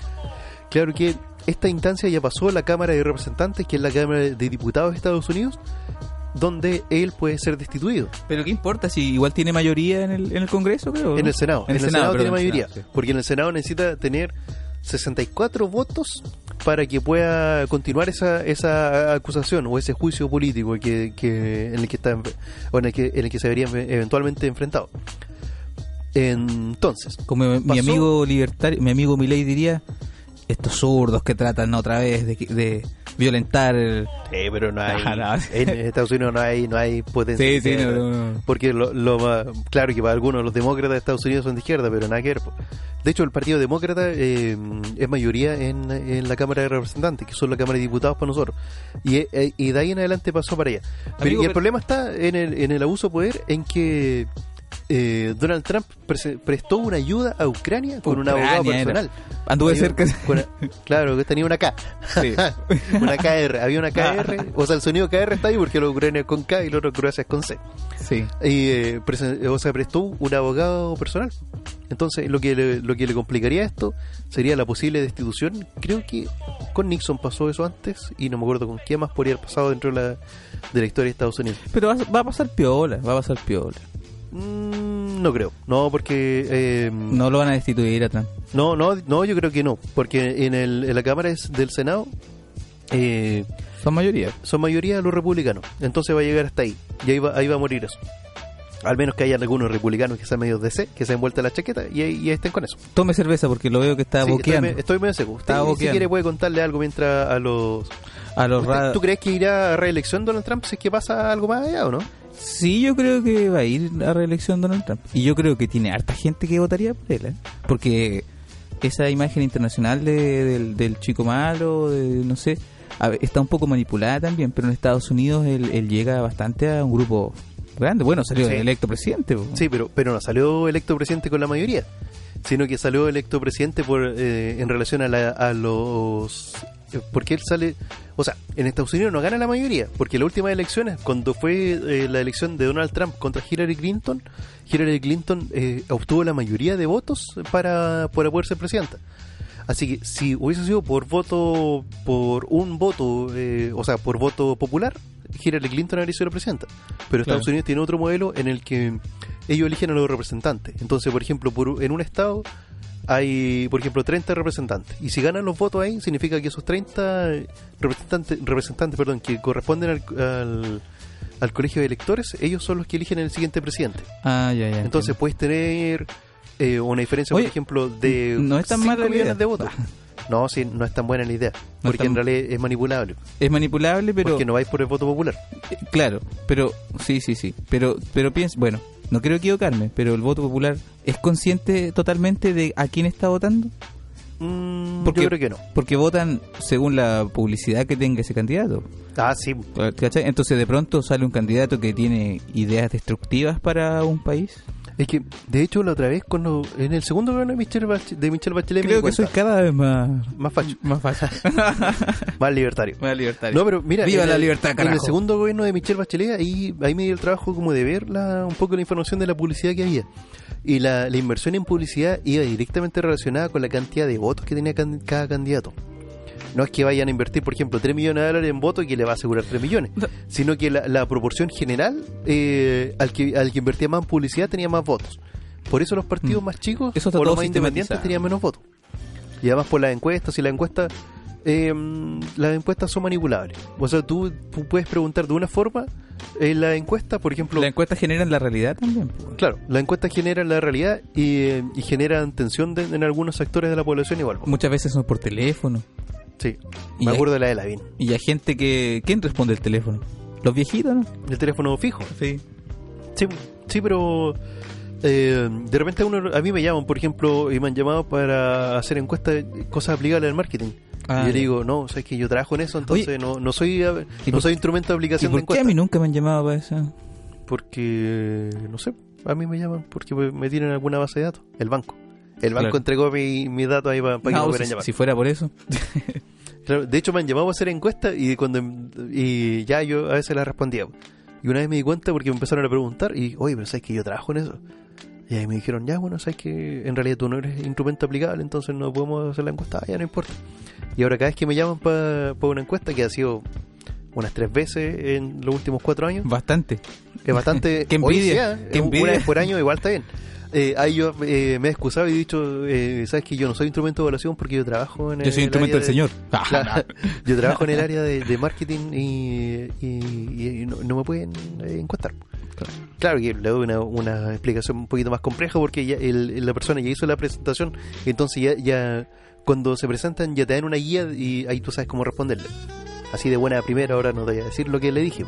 Speaker 2: Claro que esta instancia ya pasó a la Cámara de Representantes, que es la Cámara de Diputados de Estados Unidos, donde él puede ser destituido.
Speaker 1: Pero qué importa si igual tiene mayoría en el, en el Congreso, creo. ¿no?
Speaker 2: En el Senado. En el, Senado,
Speaker 1: perdón,
Speaker 2: tiene
Speaker 1: en el
Speaker 2: mayoría.
Speaker 1: Senado, sí.
Speaker 2: Porque en el Senado necesita tener 64 votos para que pueda continuar esa, esa acusación o ese juicio político que, que- en el que está en- o en el que, en el que se vería eventualmente enfrentado. Entonces,
Speaker 1: Como mi- mi
Speaker 2: Pasó.
Speaker 1: amigo libertario, mi amigo Milei diría, estos zurdos que tratan otra vez de, de violentar el...
Speaker 2: eh, pero no hay,
Speaker 1: Ah, no.
Speaker 2: en Estados Unidos no hay, no hay potencia.
Speaker 1: Sí, sí,
Speaker 2: de-
Speaker 1: no, no, no.
Speaker 2: Porque lo, lo más- claro que para algunos los demócratas de Estados Unidos son de izquierda, pero nada que ver. po. De hecho, el Partido Demócrata eh, es mayoría en, en la Cámara de Representantes, que son la Cámara de Diputados para nosotros. Y, eh, y de ahí en adelante pasó para allá. Pero-
Speaker 1: Amigo,
Speaker 2: y el
Speaker 1: pero-
Speaker 2: problema está en el, en el abuso de poder, en que eh, Donald Trump prese- prestó una ayuda a Ucrania con un
Speaker 1: Ucrania
Speaker 2: abogado
Speaker 1: era.
Speaker 2: personal.
Speaker 1: Anduve
Speaker 2: Había-
Speaker 1: cerca...
Speaker 2: con- claro, que tenía una K.
Speaker 1: Sí.
Speaker 2: Una KR. Había una KR. o sea, el sonido KR está ahí porque los ucranianos es con K y los otros croacias es con C.
Speaker 1: sí.
Speaker 2: Y, eh, presen- o sea, prestó un abogado personal. Entonces, lo que, le, lo que le complicaría esto sería la posible destitución. Creo que con Nixon pasó eso antes y no me acuerdo con qué más podría haber pasado dentro de la, de la historia de Estados Unidos.
Speaker 1: Pero va, va a pasar piola, va a pasar piola.
Speaker 2: Mm, no creo. No, porque... eh,
Speaker 1: No lo van a destituir a Trump.
Speaker 2: no, no, no, yo creo que no. Porque en, el, en la Cámara es- del Senado eh,
Speaker 1: Son mayoría.
Speaker 2: son mayoría los republicanos. Entonces va a llegar hasta ahí. Y ahí va, ahí va a morir eso. Al menos que haya algunos republicanos que sean medios DC, que se han vuelto la chaqueta y ahí, y ahí estén con eso.
Speaker 1: Tome cerveza porque lo veo que está
Speaker 2: Sí, estoy,
Speaker 1: boqueando
Speaker 2: me- estoy medio seco. Usted,
Speaker 1: Está
Speaker 2: si
Speaker 1: boqueando.
Speaker 2: quiere, puede contarle algo mientras a los.
Speaker 1: a los
Speaker 2: ¿Usted-
Speaker 1: ra-
Speaker 2: ¿Tú crees que irá a reelección Donald Trump si es que pasa algo más allá o no?
Speaker 1: Sí, yo creo que va a ir a reelección Donald Trump. Y yo creo que tiene harta gente que votaría por él. ¿eh? Porque esa imagen internacional de- del, del chico malo, de- no sé, a ver, está un poco manipulada también, pero en Estados Unidos él, él llega bastante a un grupo grande. Bueno, salió
Speaker 2: Sí.
Speaker 1: electo presidente. po.
Speaker 2: Sí, pero, pero no salió electo presidente con la mayoría, sino que salió electo presidente por eh, en relación a, la- a los. eh, Porque él sale. O sea, en Estados Unidos no gana la mayoría, porque las últimas elecciones, cuando fue eh, la elección de Donald Trump contra Hillary Clinton, Hillary Clinton eh, obtuvo la mayoría de votos para, para poder ser presidenta. Así que si hubiese sido por voto, por un voto, eh, o sea, por voto popular, Hillary Clinton habría sido la presidenta. Pero Estados
Speaker 1: Claro.
Speaker 2: Unidos tiene otro modelo en el que ellos eligen a los representantes. Entonces, por ejemplo, por, en un estado hay, por ejemplo, 30 representantes. Y si ganan los votos ahí, significa que esos 30 representantes, representantes perdón, que corresponden al, al, al colegio de electores, ellos son los que eligen el siguiente presidente.
Speaker 1: Ah, ya, ya.
Speaker 2: Entonces
Speaker 1: entiendo.
Speaker 2: puedes tener eh, una diferencia,
Speaker 1: Oye,
Speaker 2: por ejemplo, de
Speaker 1: no es tan
Speaker 2: cinco
Speaker 1: mala la
Speaker 2: millones
Speaker 1: idea.
Speaker 2: de votos. No, sí, no es tan buena la idea.
Speaker 1: No
Speaker 2: porque
Speaker 1: es tan-
Speaker 2: en realidad es manipulable.
Speaker 1: es manipulable, pero.
Speaker 2: porque no vais por el voto popular.
Speaker 1: Eh, Claro, pero sí, sí, sí. Pero, pero pienso, bueno, no quiero equivocarme, pero el voto popular es consciente totalmente de a quién está votando,
Speaker 2: Mm,
Speaker 1: Porque-
Speaker 2: Yo creo que no.
Speaker 1: porque votan según la publicidad que tenga ese candidato.
Speaker 2: Ah, sí.
Speaker 1: ¿cachai? Entonces de pronto sale un candidato que tiene ideas destructivas para un país.
Speaker 2: Es que, de hecho, la otra vez, cuando en el segundo gobierno de Michelle, Bach- de Michelle Bachelet, me
Speaker 1: Creo
Speaker 2: di
Speaker 1: que soy
Speaker 2: cuenta.
Speaker 1: cada vez más
Speaker 2: más facho,
Speaker 1: más fácil.
Speaker 2: más libertario.
Speaker 1: más libertario.
Speaker 2: No, pero mira,
Speaker 1: Viva
Speaker 2: en
Speaker 1: la
Speaker 2: el-
Speaker 1: libertad,
Speaker 2: En el
Speaker 1: carajo.
Speaker 2: segundo gobierno de Michelle Bachelet, ahí, ahí me dio el trabajo como de ver la- un poco la información de la publicidad que había. Y la, la inversión en publicidad iba directamente relacionada con la cantidad de votos que tenía can- cada candidato. No es que vayan a invertir, por ejemplo, 3 millones de dólares en votos y que le va a asegurar 3 millones,
Speaker 1: No.
Speaker 2: sino que la, la proporción general eh, al, que, al que invertía más en publicidad tenía más votos. Por eso los partidos
Speaker 1: Mm.
Speaker 2: más chicos
Speaker 1: Eso está
Speaker 2: o los
Speaker 1: todo
Speaker 2: más independientes
Speaker 1: sistematizado.
Speaker 2: tenían menos votos. Y además por las encuestas, si la encuesta eh, las encuestas son manipulables. O sea, tú, tú puedes preguntar de una forma en la encuesta, por ejemplo.
Speaker 1: Las encuestas generan la realidad también. pues.
Speaker 2: Claro, la encuesta genera la realidad y, eh, y generan tensión de- en algunos sectores de la población igual. po.
Speaker 1: Muchas veces son por teléfono.
Speaker 2: Sí,
Speaker 1: Y
Speaker 2: me
Speaker 1: hay-
Speaker 2: acuerdo de la de Lavín.
Speaker 1: Y hay gente que... ¿Quién responde el teléfono? Los viejitos, ¿no?
Speaker 2: El teléfono fijo.
Speaker 1: Sí.
Speaker 2: Sí, sí pero eh, de repente uno, a mí me llaman, por ejemplo, y me han llamado para hacer encuestas, de cosas aplicables al marketing.
Speaker 1: Ah,
Speaker 2: y yo le
Speaker 1: ya.
Speaker 2: digo, no, sabes que yo trabajo en eso, entonces
Speaker 1: Oye.
Speaker 2: no, no soy a ver,
Speaker 1: ¿Y
Speaker 2: no
Speaker 1: por-
Speaker 2: soy instrumento de
Speaker 1: ¿Y
Speaker 2: aplicación
Speaker 1: por
Speaker 2: de
Speaker 1: qué a
Speaker 2: encuestas.
Speaker 1: mí nunca me han llamado para eso?
Speaker 2: Porque, no sé, a mí me llaman porque me me tienen alguna base de datos, el banco. El banco
Speaker 1: Claro.
Speaker 2: entregó mi- mis datos ahí para, que me
Speaker 1: No,
Speaker 2: pudieran
Speaker 1: Ah, si,
Speaker 2: llamar.
Speaker 1: si fuera por eso.
Speaker 2: Claro, de hecho, me han llamado a hacer encuestas y cuando em, y ya yo a veces las respondía. Y una vez me di cuenta porque me empezaron a preguntar y, oye, pero sabes que yo trabajo en eso. Y ahí me dijeron, ya, bueno, sabes que en realidad tú no eres instrumento aplicable, entonces no podemos hacer la encuesta, Ah, ya no importa. Y ahora cada vez que me llaman para una encuesta, que ha sido unas tres veces en los últimos cuatro años,
Speaker 1: Bastante.
Speaker 2: es bastante...
Speaker 1: Qué
Speaker 2: hoy
Speaker 1: envidia,
Speaker 2: sea,
Speaker 1: qué
Speaker 2: eh,
Speaker 1: envidia.
Speaker 2: Una vez por año igual está bien. Eh, ahí yo eh, me he excusado y he dicho, eh, sabes que yo no soy instrumento de evaluación porque yo trabajo en
Speaker 1: Yo soy
Speaker 2: el
Speaker 1: instrumento
Speaker 2: área
Speaker 1: del
Speaker 2: Eh, de-
Speaker 1: señor.
Speaker 2: Claro. Yo trabajo en el área de, de marketing y, y- y no, no me pueden eh, encuestar. Claro que le doy una, una explicación un poquito más compleja porque ya el- la persona ya hizo la presentación, entonces ya, ya cuando se presentan ya te dan una guía y ahí tú sabes cómo responderle. Así de buena a primera ahora no te voy a decir lo que le dije.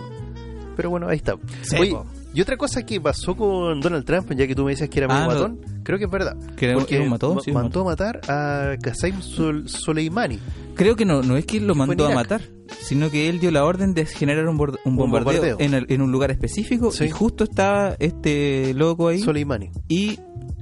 Speaker 2: Pero bueno, ahí está.
Speaker 1: Sí,
Speaker 2: Oye,
Speaker 1: po.
Speaker 2: y otra cosa que pasó con Donald Trump, ya que tú me decías que era
Speaker 1: Ah,
Speaker 2: un
Speaker 1: lo-
Speaker 2: matón, creo que es verdad.
Speaker 1: Que era-
Speaker 2: porque
Speaker 1: era un matón,
Speaker 2: ma-
Speaker 1: sí, un
Speaker 2: mandó a matar a Qasem Sol- Soleimani.
Speaker 1: Creo que no, no es que lo mandó
Speaker 2: en
Speaker 1: a
Speaker 2: Irak.
Speaker 1: matar, sino que él dio la orden de generar un, bord- un bombardeo,
Speaker 2: bombardeo.
Speaker 1: En, el- en un lugar específico
Speaker 2: Sí.
Speaker 1: y justo estaba este loco ahí
Speaker 2: Soleimani.
Speaker 1: y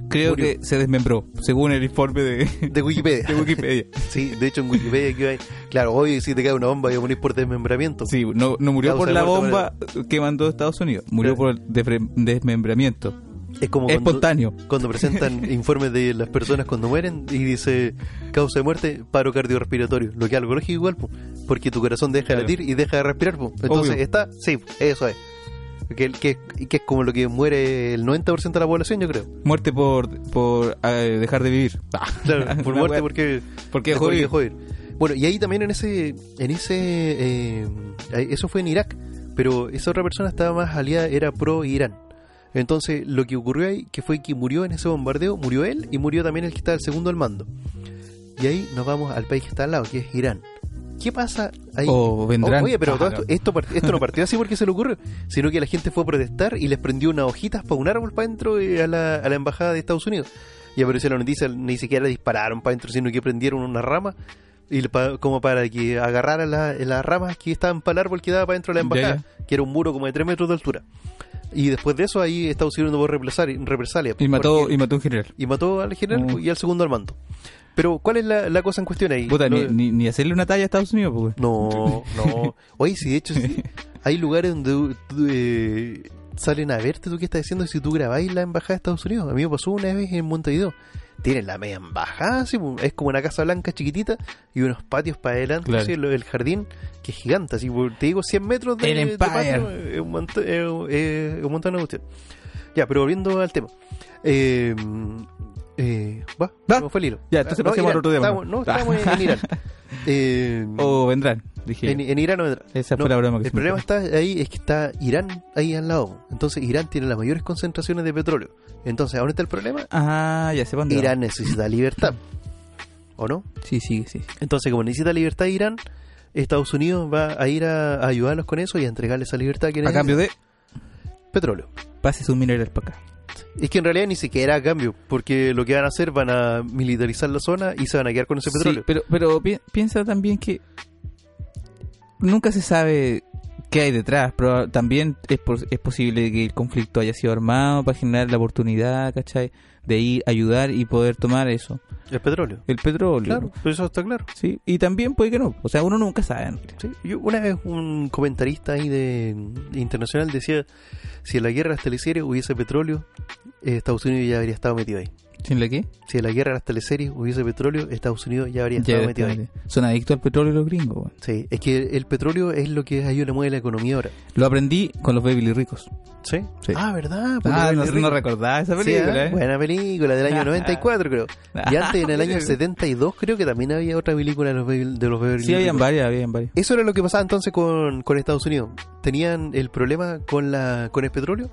Speaker 1: creo
Speaker 2: Murió.
Speaker 1: que se desmembró, según el informe de,
Speaker 2: De Wikipedia.
Speaker 1: de Wikipedia.
Speaker 2: Sí, de hecho en Wikipedia que hay... Claro, hoy si te cae una bomba y a morir por desmembramiento.
Speaker 1: Sí, no, no murió
Speaker 2: Causa
Speaker 1: por
Speaker 2: de
Speaker 1: la
Speaker 2: muerte,
Speaker 1: bomba que mandó Estados Unidos, murió
Speaker 2: Claro.
Speaker 1: por el desbre- desmembramiento.
Speaker 2: Es como cuando,
Speaker 1: Espontáneo.
Speaker 2: cuando presentan informes de las personas cuando mueren y dice causa de muerte, paro cardiorrespiratorio. Lo que es algo lógico igual, po, porque tu corazón deja
Speaker 1: Claro.
Speaker 2: de latir y deja de respirar. po. Entonces
Speaker 1: Obvio.
Speaker 2: está, sí, eso es. Que, que, que es como lo que muere el 90% de la población, yo creo.
Speaker 1: Muerte por, por eh, dejar de vivir. Ah,
Speaker 2: Claro, por
Speaker 1: una
Speaker 2: muerte,
Speaker 1: wea-
Speaker 2: porque
Speaker 1: porque
Speaker 2: Dejó
Speaker 1: jodido.
Speaker 2: ir, dejó ir. Bueno, y ahí también en ese, en ese, eh, eso fue en Irak, pero esa otra persona estaba más aliada, era pro Irán. Entonces, lo que ocurrió ahí, que fue que murió en ese bombardeo, murió él y murió también el que estaba al segundo al mando. Y ahí nos vamos al país que está al lado, que es Irán. ¿Qué pasa ahí?
Speaker 1: O vendrán.
Speaker 2: oye, pero todo
Speaker 1: Ah,
Speaker 2: esto,
Speaker 1: no.
Speaker 2: esto, part- esto no partió así porque se le ocurrió, sino que la gente fue a protestar y les prendió unas hojitas para un árbol para adentro eh, a la, a la embajada de Estados Unidos. Y apareció la noticia, ni siquiera le dispararon para adentro, sino que prendieron una rama y le pa- como para que agarraran la- las ramas que estaban para el árbol que daba para adentro de la embajada, que era un muro como de 3 metros de altura. Y después de eso ahí Estados Unidos no hubo represali- represalia.
Speaker 1: Y mató,
Speaker 2: porque-
Speaker 1: y mató un general.
Speaker 2: y mató al general
Speaker 1: Mm.
Speaker 2: y al segundo al mando. Pero ¿cuál es la, la cosa en cuestión ahí?
Speaker 1: Puta,
Speaker 2: Lo-
Speaker 1: ni, ni, ni hacerle una talla a Estados Unidos, pues.
Speaker 2: no, no. Oye, sí, de hecho, sí. Hay lugares donde tú, eh, salen a verte tú qué estás diciendo si tú grabáis la embajada de Estados Unidos. A mí me pasó una vez en Montevideo. Tienen la media embajada, así, pues, es como una casa blanca chiquitita y unos patios para adelante,
Speaker 1: Claro.
Speaker 2: así, lo- el jardín que es gigante, así, pues, te digo, 100 metros de,
Speaker 1: El
Speaker 2: de patio,
Speaker 1: Empire.
Speaker 2: es un, monto- es un- es un montón de cuestión. Ya, pero volviendo al tema. Eh, eh, va,
Speaker 1: Va.
Speaker 2: no fue el hilo.
Speaker 1: Ya, entonces pasemos
Speaker 2: Irán,
Speaker 1: al otro tema. pues.
Speaker 2: estamos- no, estamos en, en Irán. Eh,
Speaker 1: O vendrán, dije.
Speaker 2: en, en Irán no vendrá.
Speaker 1: Esa
Speaker 2: No,
Speaker 1: fue la broma que
Speaker 2: El
Speaker 1: se me
Speaker 2: problema
Speaker 1: ocurrió.
Speaker 2: está ahí, es que está Irán ahí al lado. Entonces Irán tiene las mayores concentraciones de petróleo. Entonces, ¿ahora está el problema?
Speaker 1: Ah, ya sé dónde. va.
Speaker 2: Irán necesita libertad. ¿O no?
Speaker 1: Sí, sí, sí.
Speaker 2: Entonces, como necesita libertad Irán, Estados Unidos va a ir a, a ayudarlos con eso y a entregarles esa libertad que
Speaker 1: A
Speaker 2: necesitan.
Speaker 1: cambio de
Speaker 2: petróleo.
Speaker 1: pases un mineral para acá.
Speaker 2: Es que en realidad ni siquiera a cambio, porque lo que van a hacer van a militarizar la zona y se van a quedar con ese
Speaker 1: Sí,
Speaker 2: petróleo.
Speaker 1: pero, pero pi- piensa también que nunca se sabe qué hay detrás. Pero también es, pos- es posible que el conflicto haya sido armado para generar la oportunidad, ¿cachai? De ir, ayudar y poder tomar eso.
Speaker 2: El petróleo.
Speaker 1: El petróleo.
Speaker 2: Claro, pero eso está claro.
Speaker 1: Sí, y también puede que no. O sea, uno nunca sabe. ¿no?
Speaker 2: Sí, yo- una vez un comentarista ahí de internacional decía si en la guerra hasta el hubiese petróleo, eh, Estados Unidos ya habría estado metido ahí.
Speaker 1: ¿Sin la qué?
Speaker 2: Si en la guerra de las teleseries hubiese petróleo, Estados Unidos ya habría
Speaker 1: Ya,
Speaker 2: estado metido ahí.
Speaker 1: exactamente. Son adictos al petróleo los gringos, weón.
Speaker 2: Sí, es que el petróleo es lo que a ellos le mueve la economía ahora.
Speaker 1: Lo aprendí con los Baby Ricos.
Speaker 2: ¿Sí?
Speaker 1: Sí.
Speaker 2: Ah, ¿verdad?
Speaker 1: Ah, no, no
Speaker 2: recuerdo
Speaker 1: recordaba esa película, ¿eh?
Speaker 2: Buena película del año 94, creo. Y antes, en el año 72, creo que también había otra película de los Beverly de los Beverly
Speaker 1: Sí, habían
Speaker 2: Hills.
Speaker 1: varias, habían varias.
Speaker 2: Eso era lo que pasaba entonces con, con Estados Unidos. Tenían el problema con la con el petróleo.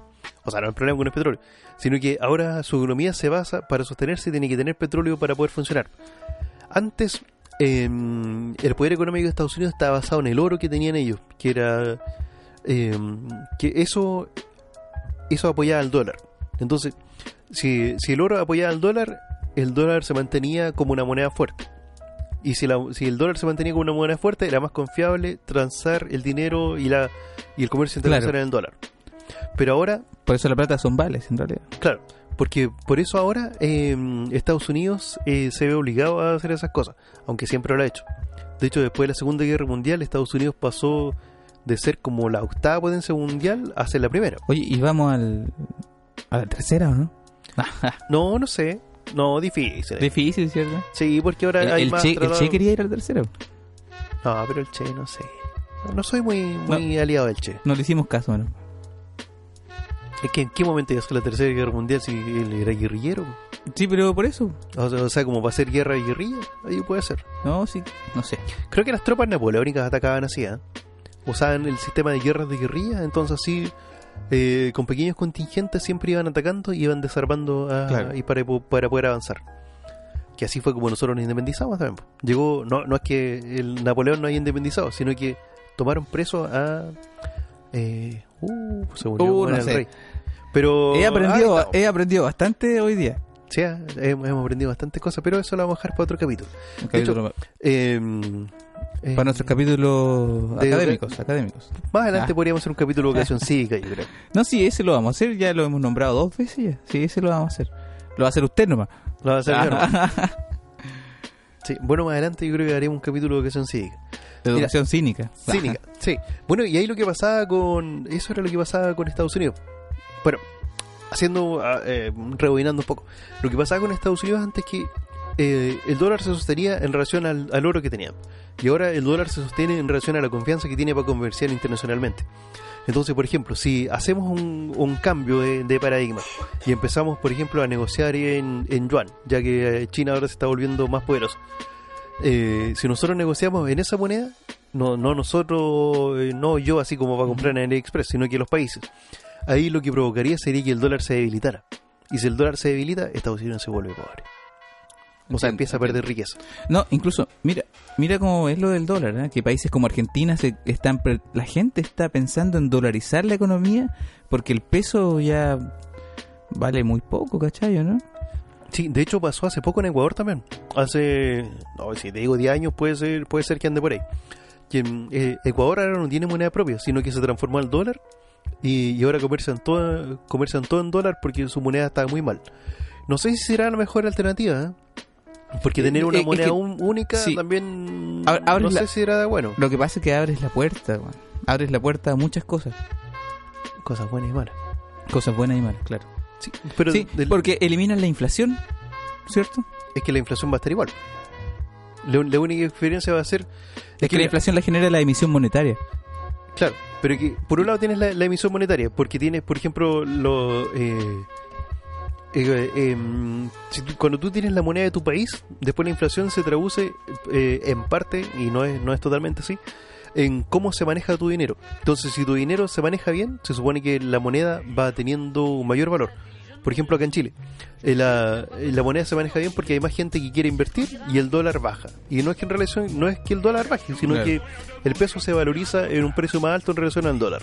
Speaker 2: O sea, no el problema con el petróleo, sino que ahora su economía se basa para sostenerse tiene que tener petróleo para poder funcionar. Antes eh, el poder económico de Estados Unidos estaba basado en el oro que tenían ellos, que era eh, que eso eso apoyaba al dólar. Entonces, si, si el oro apoyaba al dólar, el dólar se mantenía como una moneda fuerte. Y si, la- si el dólar se mantenía como una moneda fuerte, era más confiable transar el dinero y, la, y el comercio internacional en el dólar. Pero ahora,
Speaker 1: Por eso la plata son vales, en realidad.
Speaker 2: claro, porque por eso ahora eh, Estados Unidos eh, se ve obligado a hacer esas cosas, aunque siempre lo ha hecho. De hecho, después de la Segunda Guerra Mundial, Estados Unidos pasó de ser como la octava potencia mundial a ser la primera.
Speaker 1: Oye, y vamos al, a la tercera, ¿o no?
Speaker 2: No, no sé. No, difícil.
Speaker 1: Difícil, ¿cierto?
Speaker 2: Sí, porque ahora
Speaker 1: El,
Speaker 2: hay
Speaker 1: el
Speaker 2: más
Speaker 1: che, el
Speaker 2: tratado-
Speaker 1: Che quería ir al tercero.
Speaker 2: No, pero el Che, no sé. No soy muy, muy aliado del Che.
Speaker 1: No le hicimos caso, ¿no?
Speaker 2: Es que en qué momento llegó la Tercera Guerra Mundial si él era guerrillero.
Speaker 1: Sí, pero por eso.
Speaker 2: O sea, o sea, como para hacer guerra de guerrilla, ahí puede ser.
Speaker 1: No, sí, no sé.
Speaker 2: Creo que las tropas napoleónicas atacaban así, ¿eh? Usaban el sistema de guerras de guerrilla, entonces sí, eh, con pequeños contingentes siempre iban atacando y iban desarmando a-
Speaker 1: Claro.
Speaker 2: y para, para poder avanzar. Que así fue como nosotros nos independizamos también. po. Llegó, no, no es que el Napoleón no haya independizado, sino que tomaron preso a... eh, uh, se murió
Speaker 1: Uh,
Speaker 2: era
Speaker 1: no
Speaker 2: el
Speaker 1: sé.
Speaker 2: rey. Pero... ah,
Speaker 1: He aprendido,
Speaker 2: Oh, ahí estamos.
Speaker 1: he aprendido bastante hoy día.
Speaker 2: Sí, ah, hemos hemos aprendido bastantes cosas, pero eso lo vamos a dejar para otro capítulo.
Speaker 1: Capítulo-
Speaker 2: Eh, eh,
Speaker 1: para nuestros capítulos
Speaker 2: de-
Speaker 1: académicos, académicos.
Speaker 2: Más adelante
Speaker 1: Ah.
Speaker 2: podríamos hacer un capítulo de educación cívica, yo creo.
Speaker 1: No, sí, ese lo vamos a hacer. Ya lo hemos nombrado dos veces ya. Sí, ese lo vamos a hacer. Lo va a hacer usted nomás.
Speaker 2: Lo va a hacer yo, ¿no?
Speaker 1: Ah,
Speaker 2: Sí, Bueno, más adelante yo creo que haremos un capítulo de educación cívica.
Speaker 1: de
Speaker 2: Mira.
Speaker 1: educación cínica.
Speaker 2: Cívica, sí. Bueno, y ahí lo que pasaba con... Eso era lo que pasaba con Estados Unidos. Bueno, haciendo... ah, eh, rebobinando un poco. Lo que pasaba con Estados Unidos antes que... eh, el dólar se sostenía en relación al, al oro que tenía. Y ahora el dólar se sostiene en relación a la confianza que tiene para comerciar internacionalmente. Entonces, por ejemplo, si hacemos un, un cambio de, de paradigma y empezamos, por ejemplo, a negociar en, en yuan, ya que eh, China ahora se está volviendo más poderosa, eh, si nosotros negociamos en esa moneda, no, no nosotros, eh, no yo así como para comprar en AliExpress, sino que los países, ahí lo que provocaría sería que el dólar se debilitara. Y si el dólar se debilita, Estados Unidos se vuelve pobre. O sea,
Speaker 1: Entiendo,
Speaker 2: empieza a perder riqueza.
Speaker 1: No, incluso, mira, mira cómo es lo del dólar, ¿eh? que países como Argentina se están, pre- la gente está pensando en dolarizar la economía porque el peso ya vale muy poco, ¿cachayo, no?
Speaker 2: Sí, de hecho pasó hace poco en Ecuador también. Hace, no, si te digo 10 años puede ser, puede ser que ande por ahí. Que, mm, eh, Ecuador ahora no tiene moneda propia, sino que se transformó al dólar y, y ahora comercian todo, comercian todo en dólar porque su moneda está muy mal. No sé si será la mejor alternativa, ¿eh? porque
Speaker 1: Eh,
Speaker 2: tener una
Speaker 1: eh, es
Speaker 2: moneda
Speaker 1: que-
Speaker 2: un- única
Speaker 1: sí.
Speaker 2: también
Speaker 1: Ab- abres
Speaker 2: no
Speaker 1: la-
Speaker 2: sé si era bueno.
Speaker 1: Lo que pasa es que abres la puerta, weón. abres la puerta a muchas cosas,
Speaker 2: Cosas buenas y malas.
Speaker 1: cosas buenas y malas, claro.
Speaker 2: Sí, pero
Speaker 1: sí,
Speaker 2: del-
Speaker 1: porque eliminas la inflación, ¿cierto?
Speaker 2: es que la inflación va a estar igual. La, la única diferencia va a ser
Speaker 1: Es que la
Speaker 2: mira,
Speaker 1: inflación la genera la emisión monetaria.
Speaker 2: Claro, pero que por un lado tienes la, la emisión monetaria, porque tienes, por ejemplo, lo, eh, eh, em, si tú- cuando tú tienes la moneda de tu país, después la inflación se traduce eh, en parte, y no es, no es totalmente así, en cómo se maneja tu dinero. Entonces, si tu dinero se maneja bien, se supone que la moneda va teniendo un mayor valor. Por ejemplo, acá en Chile, eh, la, eh, la moneda se maneja bien porque hay más gente que quiere invertir y el dólar baja. Y no es que en relación, no es que el dólar baje, sino
Speaker 1: Claro.
Speaker 2: que el peso se valoriza en un precio más alto en relación al dólar.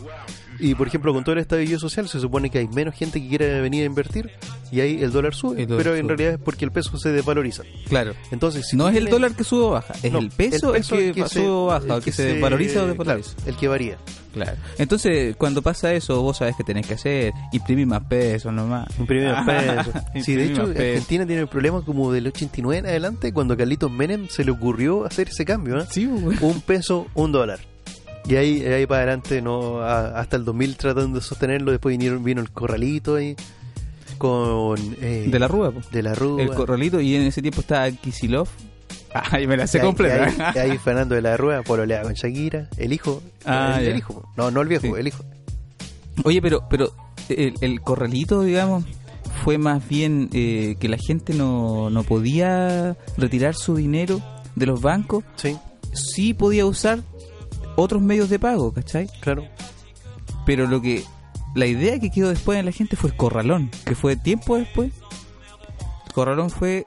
Speaker 2: Y por ejemplo, con todo el estallido social se supone que hay menos gente que quiere venir a invertir y ahí el dólar sube,
Speaker 1: El dólar
Speaker 2: pero en
Speaker 1: sube.
Speaker 2: realidad es porque el peso se desvaloriza.
Speaker 1: Claro.
Speaker 2: Entonces, si
Speaker 1: no es el
Speaker 2: tienes-
Speaker 1: dólar que sube o baja, es
Speaker 2: no,
Speaker 1: el peso el,
Speaker 2: es
Speaker 1: que,
Speaker 2: se-
Speaker 1: sube o baja,
Speaker 2: el
Speaker 1: el que, se, valoriza o desvaloriza.
Speaker 2: claro, el que varía.
Speaker 1: Claro. Entonces, cuando pasa eso, vos sabés que tenés que hacer imprimir más pesos nomás.
Speaker 2: Imprimir más peso. Sí, de
Speaker 1: Imprimir
Speaker 2: hecho,
Speaker 1: Ah, más peso.
Speaker 2: Argentina tiene el problema como del 89 en adelante, cuando a Carlitos Menem se le ocurrió hacer ese cambio. ¿eh?
Speaker 1: Sí, güey.
Speaker 2: Un peso, un dólar. Y ahí, ahí para adelante, no A- hasta el 2000 tratando de sostenerlo, después vinieron, vino el corralito ahí. con... eh,
Speaker 1: De la Rúa, po.
Speaker 2: De la Rúa.
Speaker 1: El corralito, y en ese tiempo estaba Kisilov. Ay, me la sé completa.
Speaker 2: Y ahí, y ahí Fernando de la Rúa pololea con Shakira, el hijo.
Speaker 1: Ah,
Speaker 2: el, el
Speaker 1: ya.
Speaker 2: hijo. No, no el viejo,
Speaker 1: Sí.
Speaker 2: el hijo.
Speaker 1: Oye, pero, pero el, el corralito, digamos, fue más bien eh, que la gente no, no podía retirar su dinero de los bancos,
Speaker 2: Sí,
Speaker 1: sí podía usar otros medios de pago, ¿cachai?
Speaker 2: claro.
Speaker 1: Pero lo que la idea que quedó después en la gente fue el corralón, que fue tiempo después. El corralón fue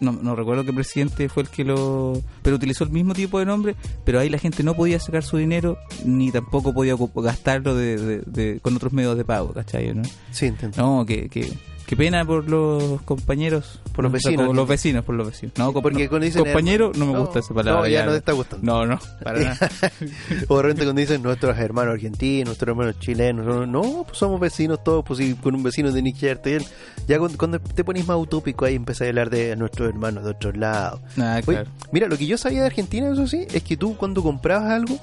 Speaker 1: no, no recuerdo qué presidente fue el que lo pero utilizó el mismo tipo de nombre, pero ahí la gente no podía sacar su dinero ni tampoco podía ocup- gastarlo de, de- de- con otros medios de pago, ¿cachai? ¿no?
Speaker 2: Sí, entiendo.
Speaker 1: No, que, que, que pena por los compañeros.
Speaker 2: Por los
Speaker 1: O sea,
Speaker 2: vecinos.
Speaker 1: por los vecinos, por los vecinos. No, compa-
Speaker 2: Porque
Speaker 1: no,
Speaker 2: cuando dicen-
Speaker 1: compañero, no me
Speaker 2: No,
Speaker 1: gusta esa
Speaker 2: no,
Speaker 1: palabra.
Speaker 2: ya no te está gustando.
Speaker 1: No, no, para nada.
Speaker 2: O de repente cuando dicen nuestros hermanos argentinos, nuestros hermanos chilenos, no, no, pues somos vecinos todos, pues si con un vecino de que llevarte bien. Ya cuando, cuando te pones más utópico ahí empezás a hablar de nuestros hermanos de otros lados.
Speaker 1: Nada,
Speaker 2: Oye,
Speaker 1: claro.
Speaker 2: Mira, lo que yo sabía de Argentina, eso sí, es que tú cuando comprabas algo,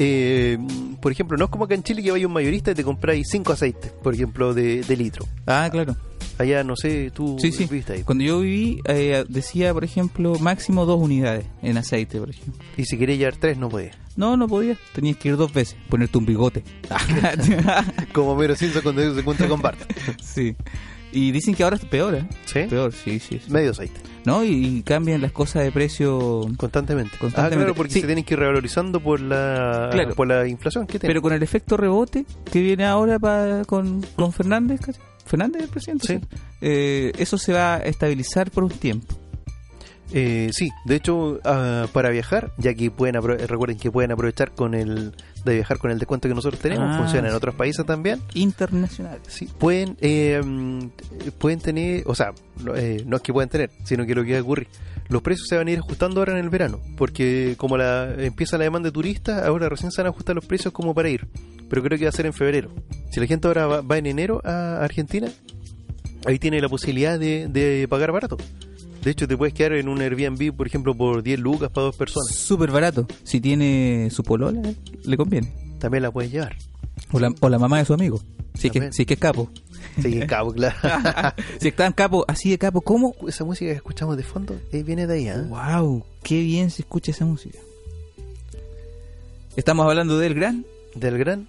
Speaker 2: eh, por ejemplo, no es como acá en Chile que vaya un mayorista y te compráis cinco aceites, por ejemplo, de, de litro.
Speaker 1: Ah, claro.
Speaker 2: Allá, no sé, tú
Speaker 1: Sí, sí.
Speaker 2: viste ahí. pues.
Speaker 1: Cuando yo viví, eh, decía, por ejemplo, máximo dos unidades en aceite, por ejemplo.
Speaker 2: Y si querías llevar tres, no podías.
Speaker 1: No, no podía. Tenías que ir dos veces, ponerte un bigote.
Speaker 2: Como Mero Simpson cuando se encuentra con Bart.
Speaker 1: sí. Y dicen que ahora es peor, ¿eh?
Speaker 2: ¿Sí?
Speaker 1: Peor, sí, sí. sí.
Speaker 2: Medio aceite,
Speaker 1: ¿No? Y, y cambian las cosas de precio.
Speaker 2: constantemente.
Speaker 1: Constantemente.
Speaker 2: Ah, claro, porque
Speaker 1: Sí.
Speaker 2: se tienen que ir revalorizando por la,
Speaker 1: Claro.
Speaker 2: por la inflación que tiene.
Speaker 1: Pero con el efecto rebote que viene ahora pa- con, con Fernández, ¿cachai? Fernández el presidente.
Speaker 2: Sí.
Speaker 1: ¿cierto? Eh, eso se va a estabilizar por un tiempo.
Speaker 2: Eh, sí, de hecho, ah, para viajar, ya que pueden apro- recuerden que pueden aprovechar con el de viajar con el descuento que nosotros tenemos,
Speaker 1: Ah,
Speaker 2: funciona en
Speaker 1: sí.
Speaker 2: otros países también.
Speaker 1: Internacional.
Speaker 2: Sí, pueden, eh, mm, pueden tener, o sea, no, eh, no es que puedan tener, sino que lo que ocurre, los precios se van a ir ajustando ahora en el verano, porque como la empieza la demanda de turistas, ahora recién se van a ajustar los precios como para ir, pero creo que va a ser en febrero. Si la gente ahora va, va en enero a Argentina, ahí tiene la posibilidad de, de pagar barato. De hecho, te puedes quedar en un Airbnb, por ejemplo, por 10 lucas para dos personas.
Speaker 1: Súper barato. Si tiene su polola, le conviene.
Speaker 2: También la puedes llevar.
Speaker 1: O la, o la mamá de su amigo. Si es que,
Speaker 2: También.
Speaker 1: si es, que es capo.
Speaker 2: Sí, cabo, claro.
Speaker 1: si es tan capo, así de capo, ¿cómo?
Speaker 2: Esa música que escuchamos de fondo eh, viene de ahí, ¿ah?
Speaker 1: ¡Wow! ¡Qué bien se escucha esa música! Estamos hablando del gran
Speaker 2: del gran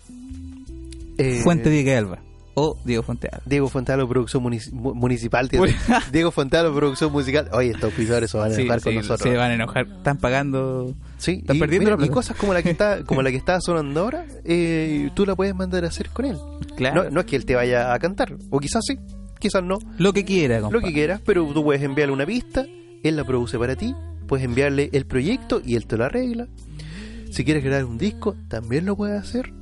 Speaker 2: eh,
Speaker 1: Fuente Diego Alba. O Diego Fuente Alba.
Speaker 2: Diego Fontalo producción munici- mu- municipal tío. Diego Fontalo producción musical oye estos pisadores se van a
Speaker 1: Sí,
Speaker 2: enojar
Speaker 1: sí,
Speaker 2: con nosotros
Speaker 1: se van a enojar. Están pagando
Speaker 2: Sí,
Speaker 1: están
Speaker 2: y,
Speaker 1: perdiendo la
Speaker 2: mira, y
Speaker 1: plata.
Speaker 2: cosas como la que está como la que está sonando ahora eh, tú la puedes mandar a hacer con él
Speaker 1: Claro.
Speaker 2: no, no es que él te vaya a cantar o quizás sí quizás no
Speaker 1: lo que quiera.
Speaker 2: lo
Speaker 1: compadre.
Speaker 2: que quieras pero tú puedes enviarle una pista él la produce para ti puedes enviarle el proyecto y él te lo arregla si quieres crear un disco también lo puedes hacer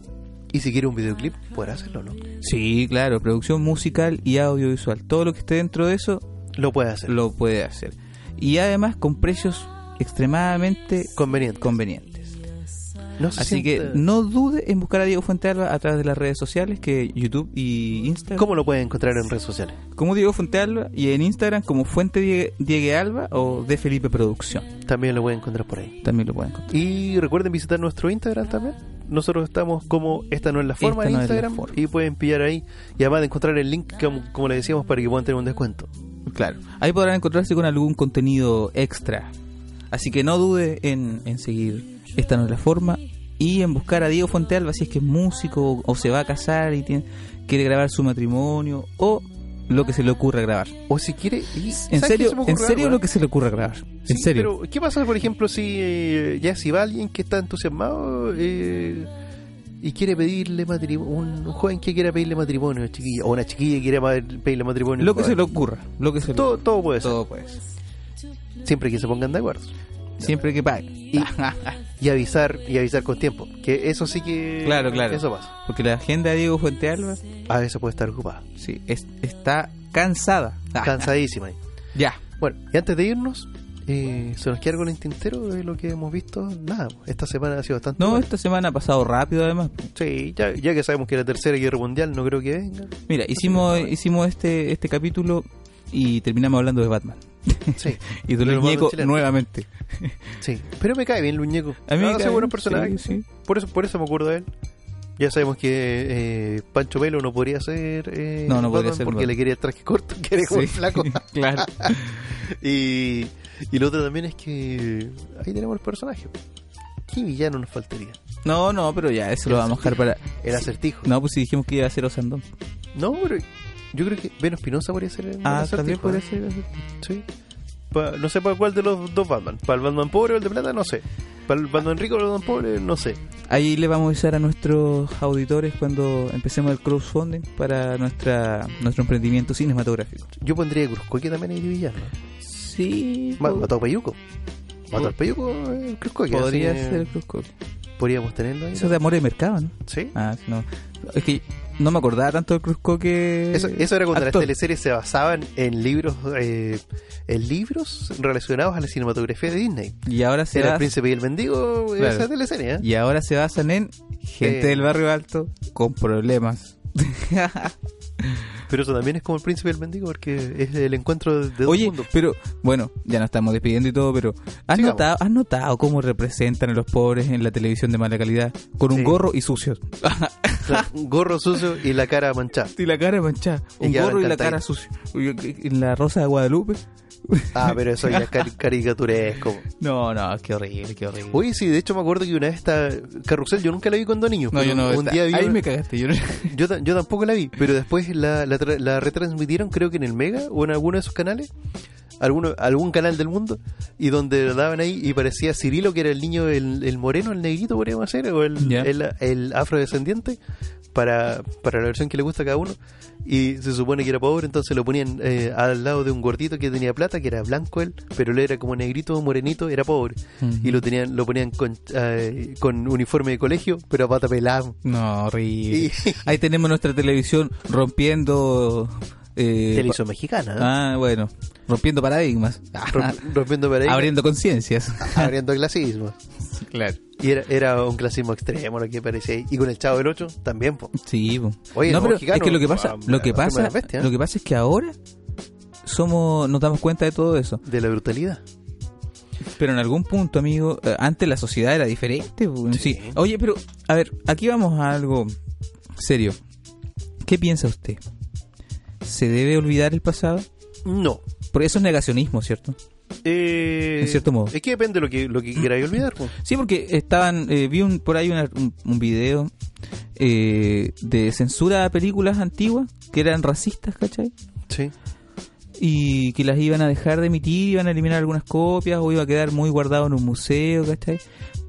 Speaker 2: y si quieres un videoclip podrás hacerlo no
Speaker 1: Sí, claro, producción musical y audiovisual. Todo lo que esté dentro de eso
Speaker 2: lo puedes hacer
Speaker 1: lo puede hacer. Y además con precios extremadamente
Speaker 2: conveniente
Speaker 1: convenientes.
Speaker 2: No se
Speaker 1: Así que
Speaker 2: sienta-
Speaker 1: no dude en buscar a Diego Fuente Alba a través de las redes sociales, que YouTube y Instagram.
Speaker 2: ¿Cómo lo pueden encontrar en redes sociales?
Speaker 1: Como Diego Fuente Alba y en Instagram como Fuente Die- Diego Alba o de Felipe Producción.
Speaker 2: También lo pueden encontrar por ahí.
Speaker 1: También lo pueden encontrar.
Speaker 2: Y recuerden visitar nuestro Instagram también. Nosotros estamos como esta no es la forma
Speaker 1: Esta
Speaker 2: en
Speaker 1: no es la
Speaker 2: Instagram
Speaker 1: forma.
Speaker 2: y pueden pillar ahí y además de encontrar el link como, como le decíamos para que puedan tener un descuento.
Speaker 1: Claro. Ahí podrán encontrarse con algún contenido extra. Así que no dude en, en seguir esta no es la forma y en buscar a Diego Fuente Alba si es que es músico o, o se va a casar y tiene- quiere grabar su matrimonio o lo que se le ocurra grabar.
Speaker 2: O si quiere, y-
Speaker 1: En
Speaker 2: ¿sabes qué
Speaker 1: serio,
Speaker 2: se me ocurre
Speaker 1: en serio
Speaker 2: algo,
Speaker 1: lo que se le ocurra grabar.
Speaker 2: eh?
Speaker 1: en
Speaker 2: Sí,
Speaker 1: serio.
Speaker 2: Pero ¿qué pasa por ejemplo si eh, ya si va alguien que está entusiasmado eh, y quiere pedirle matrimonio, un joven que quiera pedirle matrimonio, chiquilla, o una chiquilla que quiera ma- pedirle matrimonio,
Speaker 1: Lo que
Speaker 2: joven.
Speaker 1: se le ocurra, lo que se le
Speaker 2: todo, todo puede ser,
Speaker 1: todo pues.
Speaker 2: siempre que se pongan de acuerdo.
Speaker 1: Siempre que pague.
Speaker 2: Y- y avisar y avisar con tiempo que eso sí que
Speaker 1: Claro, claro.
Speaker 2: eso pasa
Speaker 1: Porque la agenda de Diego Fuente Alba
Speaker 2: a veces puede estar ocupada
Speaker 1: sí, es- está cansada. Ah,
Speaker 2: cansadísima ahí.
Speaker 1: ya.
Speaker 2: bueno y antes de irnos eh, se nos queda algo en el tintero de lo que hemos visto nada esta semana ha sido bastante
Speaker 1: No,
Speaker 2: buena.
Speaker 1: esta semana ha pasado rápido además.
Speaker 2: sí ya, ya que sabemos que la tercera guerra mundial no creo que venga
Speaker 1: Mira, hicimos, hicimos este, este capítulo y terminamos hablando de Batman.
Speaker 2: sí
Speaker 1: Y de
Speaker 2: Pero
Speaker 1: los ñecos
Speaker 2: Batman
Speaker 1: nuevamente.
Speaker 2: sí pero me cae bien Luñeco
Speaker 1: A mí me
Speaker 2: hace
Speaker 1: cae
Speaker 2: buenos
Speaker 1: bien,
Speaker 2: personajes
Speaker 1: sí, sí.
Speaker 2: por eso por eso me acuerdo de él Ya sabemos que eh, Pancho Melo no podría ser. eh,
Speaker 1: No, no podría
Speaker 2: Batman
Speaker 1: ser
Speaker 2: Porque
Speaker 1: Batman.
Speaker 2: le quería el traje corto, que era como el
Speaker 1: Sí,
Speaker 2: flaco.
Speaker 1: claro.
Speaker 2: y, y lo otro también es que. Ahí tenemos el personaje. ¿Qué villano nos faltaría?
Speaker 1: No, no, pero ya, eso lo vamos a dejar para.
Speaker 2: El
Speaker 1: Sí.
Speaker 2: acertijo.
Speaker 1: No, pues si dijimos que iba a ser Osandón.
Speaker 2: No, pero yo creo que Veno Espinosa podría ser el
Speaker 1: Ah,
Speaker 2: acertijo,
Speaker 1: también
Speaker 2: ¿eh?
Speaker 1: podría ser.
Speaker 2: Sí. Pa- no sé para cuál de los dos Batman. ¿Para el Batman pobre o el de plata? No sé. ¿Para el Batman rico o el Batman pobre? No sé.
Speaker 1: Ahí le vamos a avisar a nuestros auditores cuando empecemos el crowdfunding para nuestra nuestro emprendimiento cinematográfico.
Speaker 2: Yo pondría a Cruzcoque también ahí de villano.
Speaker 1: Sí,
Speaker 2: Ma-
Speaker 1: po-
Speaker 2: Mató a Payuco. Mató al Payuco eh, Cruzcoque.
Speaker 1: Oh. podría
Speaker 2: así que
Speaker 1: ser el Cruzcoque.
Speaker 2: Podríamos tenerlo ahí.
Speaker 1: Eso es de amor de mercado, ¿no?
Speaker 2: Sí.
Speaker 1: Ah, no. Es que no me acordaba tanto del Cruzcoque.
Speaker 2: Eso, eso era cuando
Speaker 1: Mm, actor.
Speaker 2: las teleseries se basaban en libros eh, en libros relacionados a la cinematografía de Disney.
Speaker 1: Y ahora se
Speaker 2: Era El
Speaker 1: basa,
Speaker 2: Príncipe y el Mendigo,
Speaker 1: ah. Claro.
Speaker 2: esa teleserie. ¿eh?
Speaker 1: y ahora se basan en gente
Speaker 2: Eh.
Speaker 1: del barrio alto con problemas.
Speaker 2: Pero eso también es como El Príncipe y el Mendigo porque es el encuentro de dos
Speaker 1: Oye,
Speaker 2: mundos.
Speaker 1: pero bueno, ya nos estamos despidiendo y todo, pero ¿has
Speaker 2: Sigamos.
Speaker 1: notado, has notado cómo representan a los pobres en la televisión de mala calidad con un
Speaker 2: Sí.
Speaker 1: gorro y sucios?
Speaker 2: Claro, un gorro sucio y la cara manchada.
Speaker 1: y la cara manchada,
Speaker 2: Y
Speaker 1: un
Speaker 2: quedaron
Speaker 1: gorro y la
Speaker 2: cantaditos.
Speaker 1: cara sucia. Oye, En la Rosa de Guadalupe.
Speaker 2: Ah, pero eso ya es cari- caricaturesco.
Speaker 1: No, no, qué horrible, qué horrible.
Speaker 2: Oye, sí, de hecho me acuerdo que una vez esta Carrusel, yo nunca la vi cuando niño.
Speaker 1: no,
Speaker 2: pero
Speaker 1: yo no.
Speaker 2: un
Speaker 1: está-
Speaker 2: día vi
Speaker 1: ahí
Speaker 2: una-
Speaker 1: me cagaste. Yo no-
Speaker 2: yo, ta- yo tampoco la vi, pero después la, la tra- la retransmitieron creo que en el Mega o en alguno de esos canales, alguno, algún canal del mundo, y donde daban ahí y parecía Cirilo, que era el niño, el, el moreno, el negrito, podríamos hacer, o el,
Speaker 1: Ya.
Speaker 2: el, el afrodescendiente, para, para la versión que le gusta a cada uno, y se supone que era pobre, entonces lo ponían eh, al lado de un gordito que tenía plata, que era blanco él, pero él era como negrito, morenito, era pobre, y lo, tenían, lo ponían con, eh, con uniforme de colegio, pero a pata pelada.
Speaker 1: No, horrible.
Speaker 2: Y-
Speaker 1: Ahí tenemos nuestra televisión rompiendo. eh,
Speaker 2: Televisión mexicana. ¿eh?
Speaker 1: Ah, bueno, rompiendo paradigmas,
Speaker 2: Romp- rompiendo paredes, abriendo,
Speaker 1: Ah. abriendo conciencias.
Speaker 2: clasismo.
Speaker 1: claro.
Speaker 2: Y era, era un clasismo extremo lo que parecía. ahí. Y con el Chavo del 8 también, po.
Speaker 1: Sí, po.
Speaker 2: Oye,
Speaker 1: no,
Speaker 2: los
Speaker 1: pero
Speaker 2: mexicanos,
Speaker 1: es que lo que pasa,
Speaker 2: ah,
Speaker 1: lo que
Speaker 2: la forma de
Speaker 1: pasa,
Speaker 2: las bestias.
Speaker 1: lo que pasa es que ahora somos, nos damos cuenta de todo eso.
Speaker 2: de la brutalidad.
Speaker 1: Pero en algún punto, amigo, eh, antes la sociedad era diferente. po.
Speaker 2: Sí.
Speaker 1: Sí. Oye, pero a ver, aquí vamos a algo serio. ¿Qué piensa usted? ¿Se debe olvidar el pasado?
Speaker 2: No.
Speaker 1: Porque eso es negacionismo, ¿cierto?
Speaker 2: Eh,
Speaker 1: En cierto modo.
Speaker 2: Es que depende de lo que, lo que queráis olvidar, po.
Speaker 1: Sí, porque estaban, eh, vi un, por ahí una- un, un video eh, de censura a películas antiguas que eran racistas, ¿cachai?
Speaker 2: Sí.
Speaker 1: Y que las iban a dejar de emitir, iban a eliminar algunas copias o iba a quedar muy guardado en un museo, ¿cachai?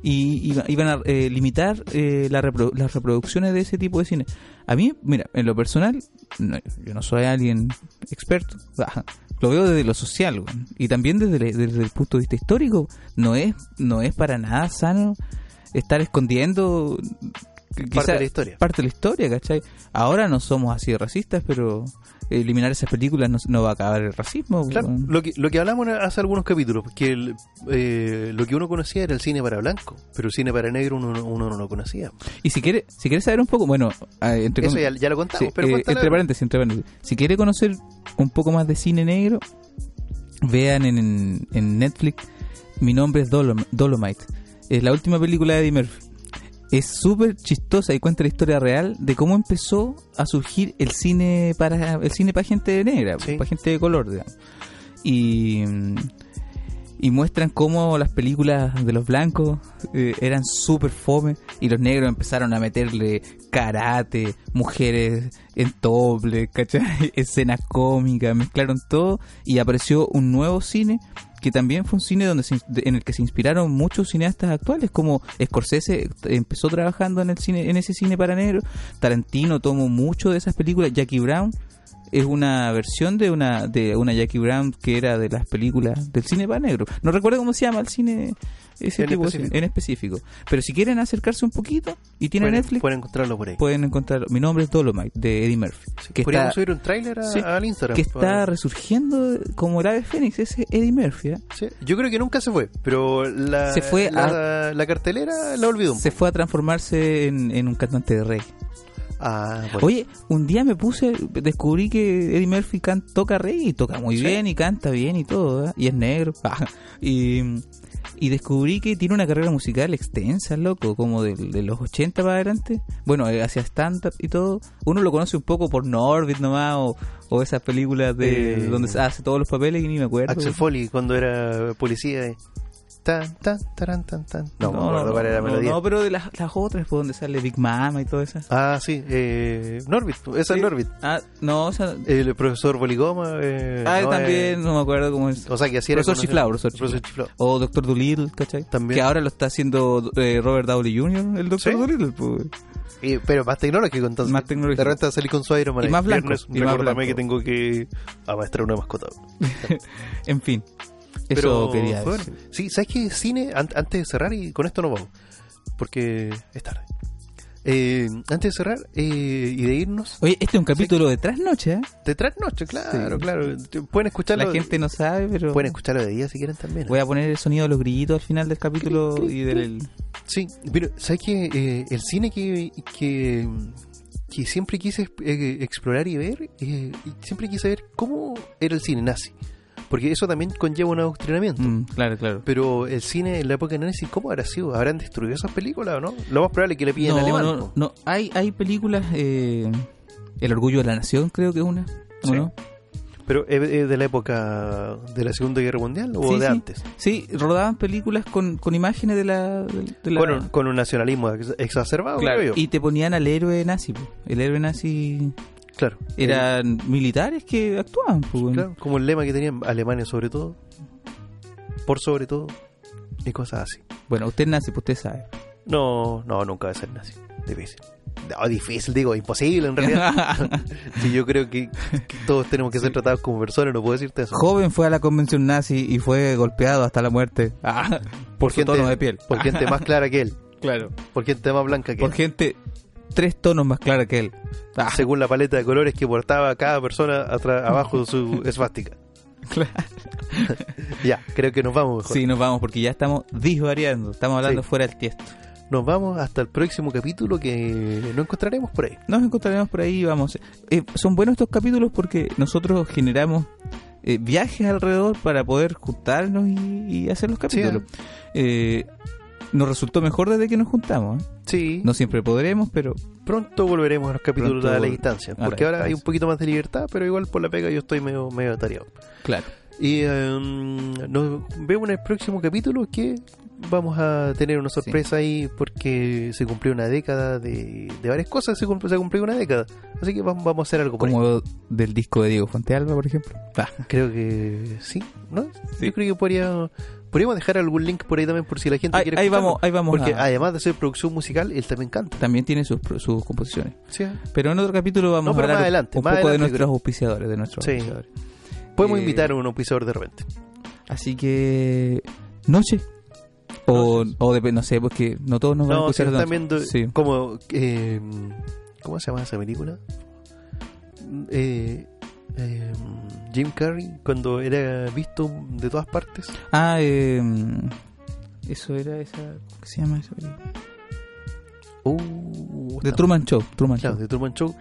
Speaker 1: Y iba- iban a eh, limitar eh, la repro- las reproducciones de ese tipo de cine. A mí, mira, en lo personal, no, yo no soy alguien experto, lo veo desde lo social weón. y también desde, el- desde el punto de vista histórico. No es, no es para nada sano estar escondiendo
Speaker 2: Parte
Speaker 1: quizá-
Speaker 2: de la historia.
Speaker 1: parte de la historia, ¿cachai? Ahora no somos así de racistas, pero eliminar esas películas no, no va a acabar el racismo.
Speaker 2: Claro,
Speaker 1: weón.
Speaker 2: lo que, lo que hablamos hace algunos capítulos, que el, eh, lo que uno conocía era el cine para blanco, pero el cine para negro uno, no- uno no lo conocía.
Speaker 1: Y si quiere, si quiere saber un poco, bueno, ah, entre,
Speaker 2: Eso
Speaker 1: com-
Speaker 2: ya, ya lo contamos,
Speaker 1: sí,
Speaker 2: pero
Speaker 1: eh,
Speaker 2: cuéntalo.
Speaker 1: entre paréntesis, entre paréntesis. si quiere conocer un poco más de cine negro, vean en, en Netflix Mi nombre es Dolom- Dolomite. Es la última película de Eddie Murphy. Es súper chistosa y cuenta la historia real de cómo empezó a surgir el cine para el cine para gente negra,
Speaker 2: Sí.
Speaker 1: para gente de color, digamos. Y, y muestran cómo las películas de los blancos eh, eran súper fome y los negros empezaron a meterle karate, mujeres en doble, ¿cachai? Escenas cómicas, mezclaron todo y apareció un nuevo cine que también fue un cine donde se ins- de- en el que se inspiraron muchos cineastas actuales como Scorsese eh, empezó trabajando en el cine en ese cine para negro Tarantino tomó mucho de esas películas Jackie Brown es una versión de una de una Jackie Brown que era de las películas del cine para negro no recuerdo cómo se llama el cine ese
Speaker 2: En
Speaker 1: tipo de cine,
Speaker 2: específico.
Speaker 1: en específico pero si quieren acercarse un poquito y tienen
Speaker 2: Pueden-
Speaker 1: Netflix
Speaker 2: pueden encontrarlo por ahí.
Speaker 1: pueden encontrar mi nombre es Dolomite de Eddie Murphy que
Speaker 2: Podríamos
Speaker 1: está-
Speaker 2: subir un tráiler a-
Speaker 1: Sí,
Speaker 2: al Instagram.
Speaker 1: que está
Speaker 2: para-
Speaker 1: resurgiendo como el ave fénix ese Eddie Murphy ¿eh?
Speaker 2: Sí, yo creo que nunca se fue, pero la,
Speaker 1: Se fue
Speaker 2: la, la cartelera la olvidó. un
Speaker 1: se fue a transformarse en, en un cantante de reggae.
Speaker 2: poco. Ah, bueno.
Speaker 1: Oye, un día me puse, descubrí que Eddie Murphy can- toca reggae y toca muy
Speaker 2: Sí.
Speaker 1: bien y canta bien y todo, ¿eh? y es negro. y, y descubrí que tiene una carrera musical extensa, loco, como de, de los 80 para adelante. Bueno, eh, hacia stand-up y todo. Uno lo conoce un poco por Norbit nomás, o, o esas películas de
Speaker 2: Eh.
Speaker 1: donde se hace todos los papeles y ni me acuerdo.
Speaker 2: Axel Foley cuando era policía. eh. Tan, tan, taran, tan, tan. No, me acuerdo cuál era la
Speaker 1: no,
Speaker 2: melodía.
Speaker 1: no, pero de las, las otras, por donde sale Big Mama y todo eso.
Speaker 2: Ah, sí, eh, Norbit,
Speaker 1: Sí.
Speaker 2: esa es Norbit.
Speaker 1: Ah, no, o sea,
Speaker 2: El profesor Boligoma. Eh,
Speaker 1: ah,
Speaker 2: no,
Speaker 1: también,
Speaker 2: eh,
Speaker 1: no me acuerdo cómo es.
Speaker 2: o sea, que así era.
Speaker 1: Profesor
Speaker 2: conocido.
Speaker 1: Chiflado, profesor
Speaker 2: Profesor Chiflado.
Speaker 1: O Doctor Dolittle, ¿cachai?
Speaker 2: También.
Speaker 1: Que ahora lo está haciendo eh, Robert Downey Jr., el Doctor
Speaker 2: ¿Sí?
Speaker 1: Dolittle, pues.
Speaker 2: Y- pero más tecnológico, entonces.
Speaker 1: Más tecnológico.
Speaker 2: De repente va a salir con su Iron Man.
Speaker 1: Y
Speaker 2: ahí.
Speaker 1: más blanco,
Speaker 2: Viernes,
Speaker 1: y más blanco.
Speaker 2: recuérdame que tengo que amaestrar una mascota.
Speaker 1: En fin,
Speaker 2: Pero,
Speaker 1: eso quería
Speaker 2: bueno,
Speaker 1: decir.
Speaker 2: sí, ¿sabes qué? Cine, an- antes de cerrar, y con esto nos vamos, porque es tarde. Eh, antes de cerrar eh, y de irnos,
Speaker 1: Oye, este es un capítulo de trasnoche, ¿eh?
Speaker 2: de trasnoche, claro,
Speaker 1: Sí.
Speaker 2: claro. Te- Pueden escucharlo,
Speaker 1: La gente no sabe, pero
Speaker 2: pueden escucharlo de día si quieren también. ¿eh?
Speaker 1: voy a poner el sonido de los grillitos al final del capítulo y del...
Speaker 2: Sí, pero ¿sabes qué? Eh, el cine que, que, que siempre quise exp- eh, explorar y ver, eh, y siempre quise ver cómo era el cine nazi, porque eso también conlleva un adoctrinamiento.
Speaker 1: Mm, claro, claro.
Speaker 2: Pero el cine en la época nazi, ¿cómo habrá sido? ¿Habrán destruido esas películas o no? Lo más probable es que le piden
Speaker 1: no,
Speaker 2: alemán.
Speaker 1: no,
Speaker 2: po.
Speaker 1: no. Hay, hay películas, eh, El Orgullo de la Nación creo que es una, ¿o
Speaker 2: Sí.
Speaker 1: no?
Speaker 2: Pero ¿es es de la época de la Segunda Guerra Mundial o
Speaker 1: Sí,
Speaker 2: de
Speaker 1: sí.
Speaker 2: antes?
Speaker 1: Sí, rodaban películas con, con imágenes de la... de- de la-
Speaker 2: Bueno, con un nacionalismo ex- exacerbado,
Speaker 1: Claro,
Speaker 2: creo yo.
Speaker 1: y te ponían al héroe nazi. po. El héroe nazi
Speaker 2: claro.
Speaker 1: eran militares que actuaban. po,
Speaker 2: Eh,
Speaker 1: bueno.
Speaker 2: claro, como el lema que tenían Alemania sobre todo, por sobre todo, y cosas así.
Speaker 1: Bueno, usted es nazi, pues usted sabe.
Speaker 2: No, no, nunca va a ser nazi. Difícil. No, difícil, digo, imposible en realidad. sí, yo creo que, que todos tenemos que ser tratados como personas, no puedo decirte eso.
Speaker 1: Joven fue a la convención nazi y fue golpeado hasta la muerte. Ah, por su
Speaker 2: gente-
Speaker 1: tono de piel.
Speaker 2: Por gente más clara que él.
Speaker 1: Claro.
Speaker 2: Por gente más blanca que
Speaker 1: Por
Speaker 2: él.
Speaker 1: gente tres tonos más clara que él. Ah,
Speaker 2: según la paleta de colores que portaba cada persona atra- abajo de su esvástica.
Speaker 1: claro.
Speaker 2: Ya, creo que nos vamos mejor.
Speaker 1: Sí, nos vamos porque ya estamos disvariando. Estamos hablando
Speaker 2: Sí.
Speaker 1: fuera del tiesto.
Speaker 2: Nos vamos hasta el próximo capítulo que nos encontraremos por ahí.
Speaker 1: Nos encontraremos por ahí, vamos. Eh, son buenos estos capítulos porque nosotros generamos eh, viajes alrededor para poder juntarnos y, y hacer los capítulos. Eh, nos resultó mejor desde que nos juntamos. ¿eh?
Speaker 2: Sí,
Speaker 1: No siempre podremos, pero
Speaker 2: pronto volveremos a los capítulos
Speaker 1: Pronto
Speaker 2: a la
Speaker 1: vol-
Speaker 2: distancia.
Speaker 1: a la
Speaker 2: Porque ahora hay
Speaker 1: distancia.
Speaker 2: un poquito más de libertad, pero igual por la pega yo estoy medio, medio atareado.
Speaker 1: claro.
Speaker 2: Y em, nos vemos en el próximo capítulo que vamos a tener una sorpresa ahí porque se cumplió una década de, de varias cosas, se cumplió, se cumplió una década. Así que vamos, vamos a hacer algo por ahí.
Speaker 1: Como del disco de Diego Fontealba, por ejemplo. Ah,
Speaker 2: Creo que sí, ¿no?
Speaker 1: Sí.
Speaker 2: Yo creo que podría, podríamos dejar algún link por ahí también por si la gente
Speaker 1: ahí,
Speaker 2: quiere
Speaker 1: ahí
Speaker 2: escucharlo.
Speaker 1: vamos, ahí vamos.
Speaker 2: Porque
Speaker 1: a-
Speaker 2: además de ser producción musical, él también canta.
Speaker 1: También tiene sus, pro- sus composiciones.
Speaker 2: Sí.
Speaker 1: Pero en otro capítulo vamos a
Speaker 2: No, pero
Speaker 1: hablar
Speaker 2: más adelante,
Speaker 1: un poco
Speaker 2: más
Speaker 1: de
Speaker 2: adelante,
Speaker 1: nuestros
Speaker 2: creo.
Speaker 1: auspiciadores, de nuestros
Speaker 2: Sí.
Speaker 1: auspiciadores.
Speaker 2: Podemos
Speaker 1: Eh,
Speaker 2: invitar a un auspiciador de repente.
Speaker 1: Así que noche o, o de- no sé, porque no todos nos van a
Speaker 2: No, si
Speaker 1: escuchar
Speaker 2: están
Speaker 1: noche.
Speaker 2: viendo
Speaker 1: Sí.
Speaker 2: como... eh, ¿Cómo se llama esa película? Eh, eh, Jim Carrey, cuando era visto de todas partes.
Speaker 1: Ah, eh, eso era esa ¿cómo se llama esa película?
Speaker 2: Uh,
Speaker 1: The
Speaker 2: no.
Speaker 1: Truman Show, Truman
Speaker 2: Claro,
Speaker 1: Show.
Speaker 2: de Truman Show.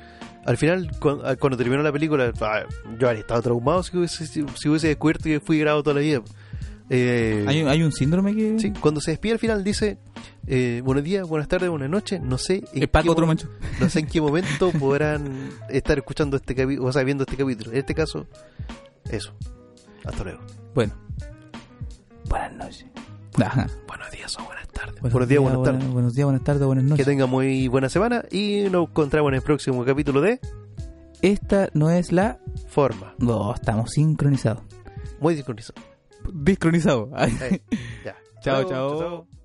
Speaker 2: Al final, cu- a- cuando terminó la película, ah, yo habría estado traumado si hubiese, si- si hubiese descubierto que fui grabado toda la vida. Eh,
Speaker 1: Hay, un- hay un síndrome que
Speaker 2: sí, cuando se despide al final dice, eh, buenos días, buenas tardes, buenas noches, no sé, en
Speaker 1: el Paco
Speaker 2: qué mo-
Speaker 1: Truman Show.
Speaker 2: no sé en qué momento podrán estar escuchando este capítulo, o sea, viendo este capítulo. En este caso, eso. Hasta luego.
Speaker 1: Bueno. Buenas noches. Ajá.
Speaker 2: Buenos días o buenas tardes. Buenos, días, buenas
Speaker 1: buena-
Speaker 2: tardes.
Speaker 1: Buenos días, buenas tardes, buenas
Speaker 2: Que
Speaker 1: noches.
Speaker 2: tengan muy buena semana y nos encontramos en el próximo capítulo de
Speaker 1: Esta no es la.
Speaker 2: Forma.
Speaker 1: No, estamos sincronizados.
Speaker 2: Muy sincronizado.
Speaker 1: Discronizados.
Speaker 2: Eh, ya.
Speaker 1: Chao, chao.
Speaker 2: chao.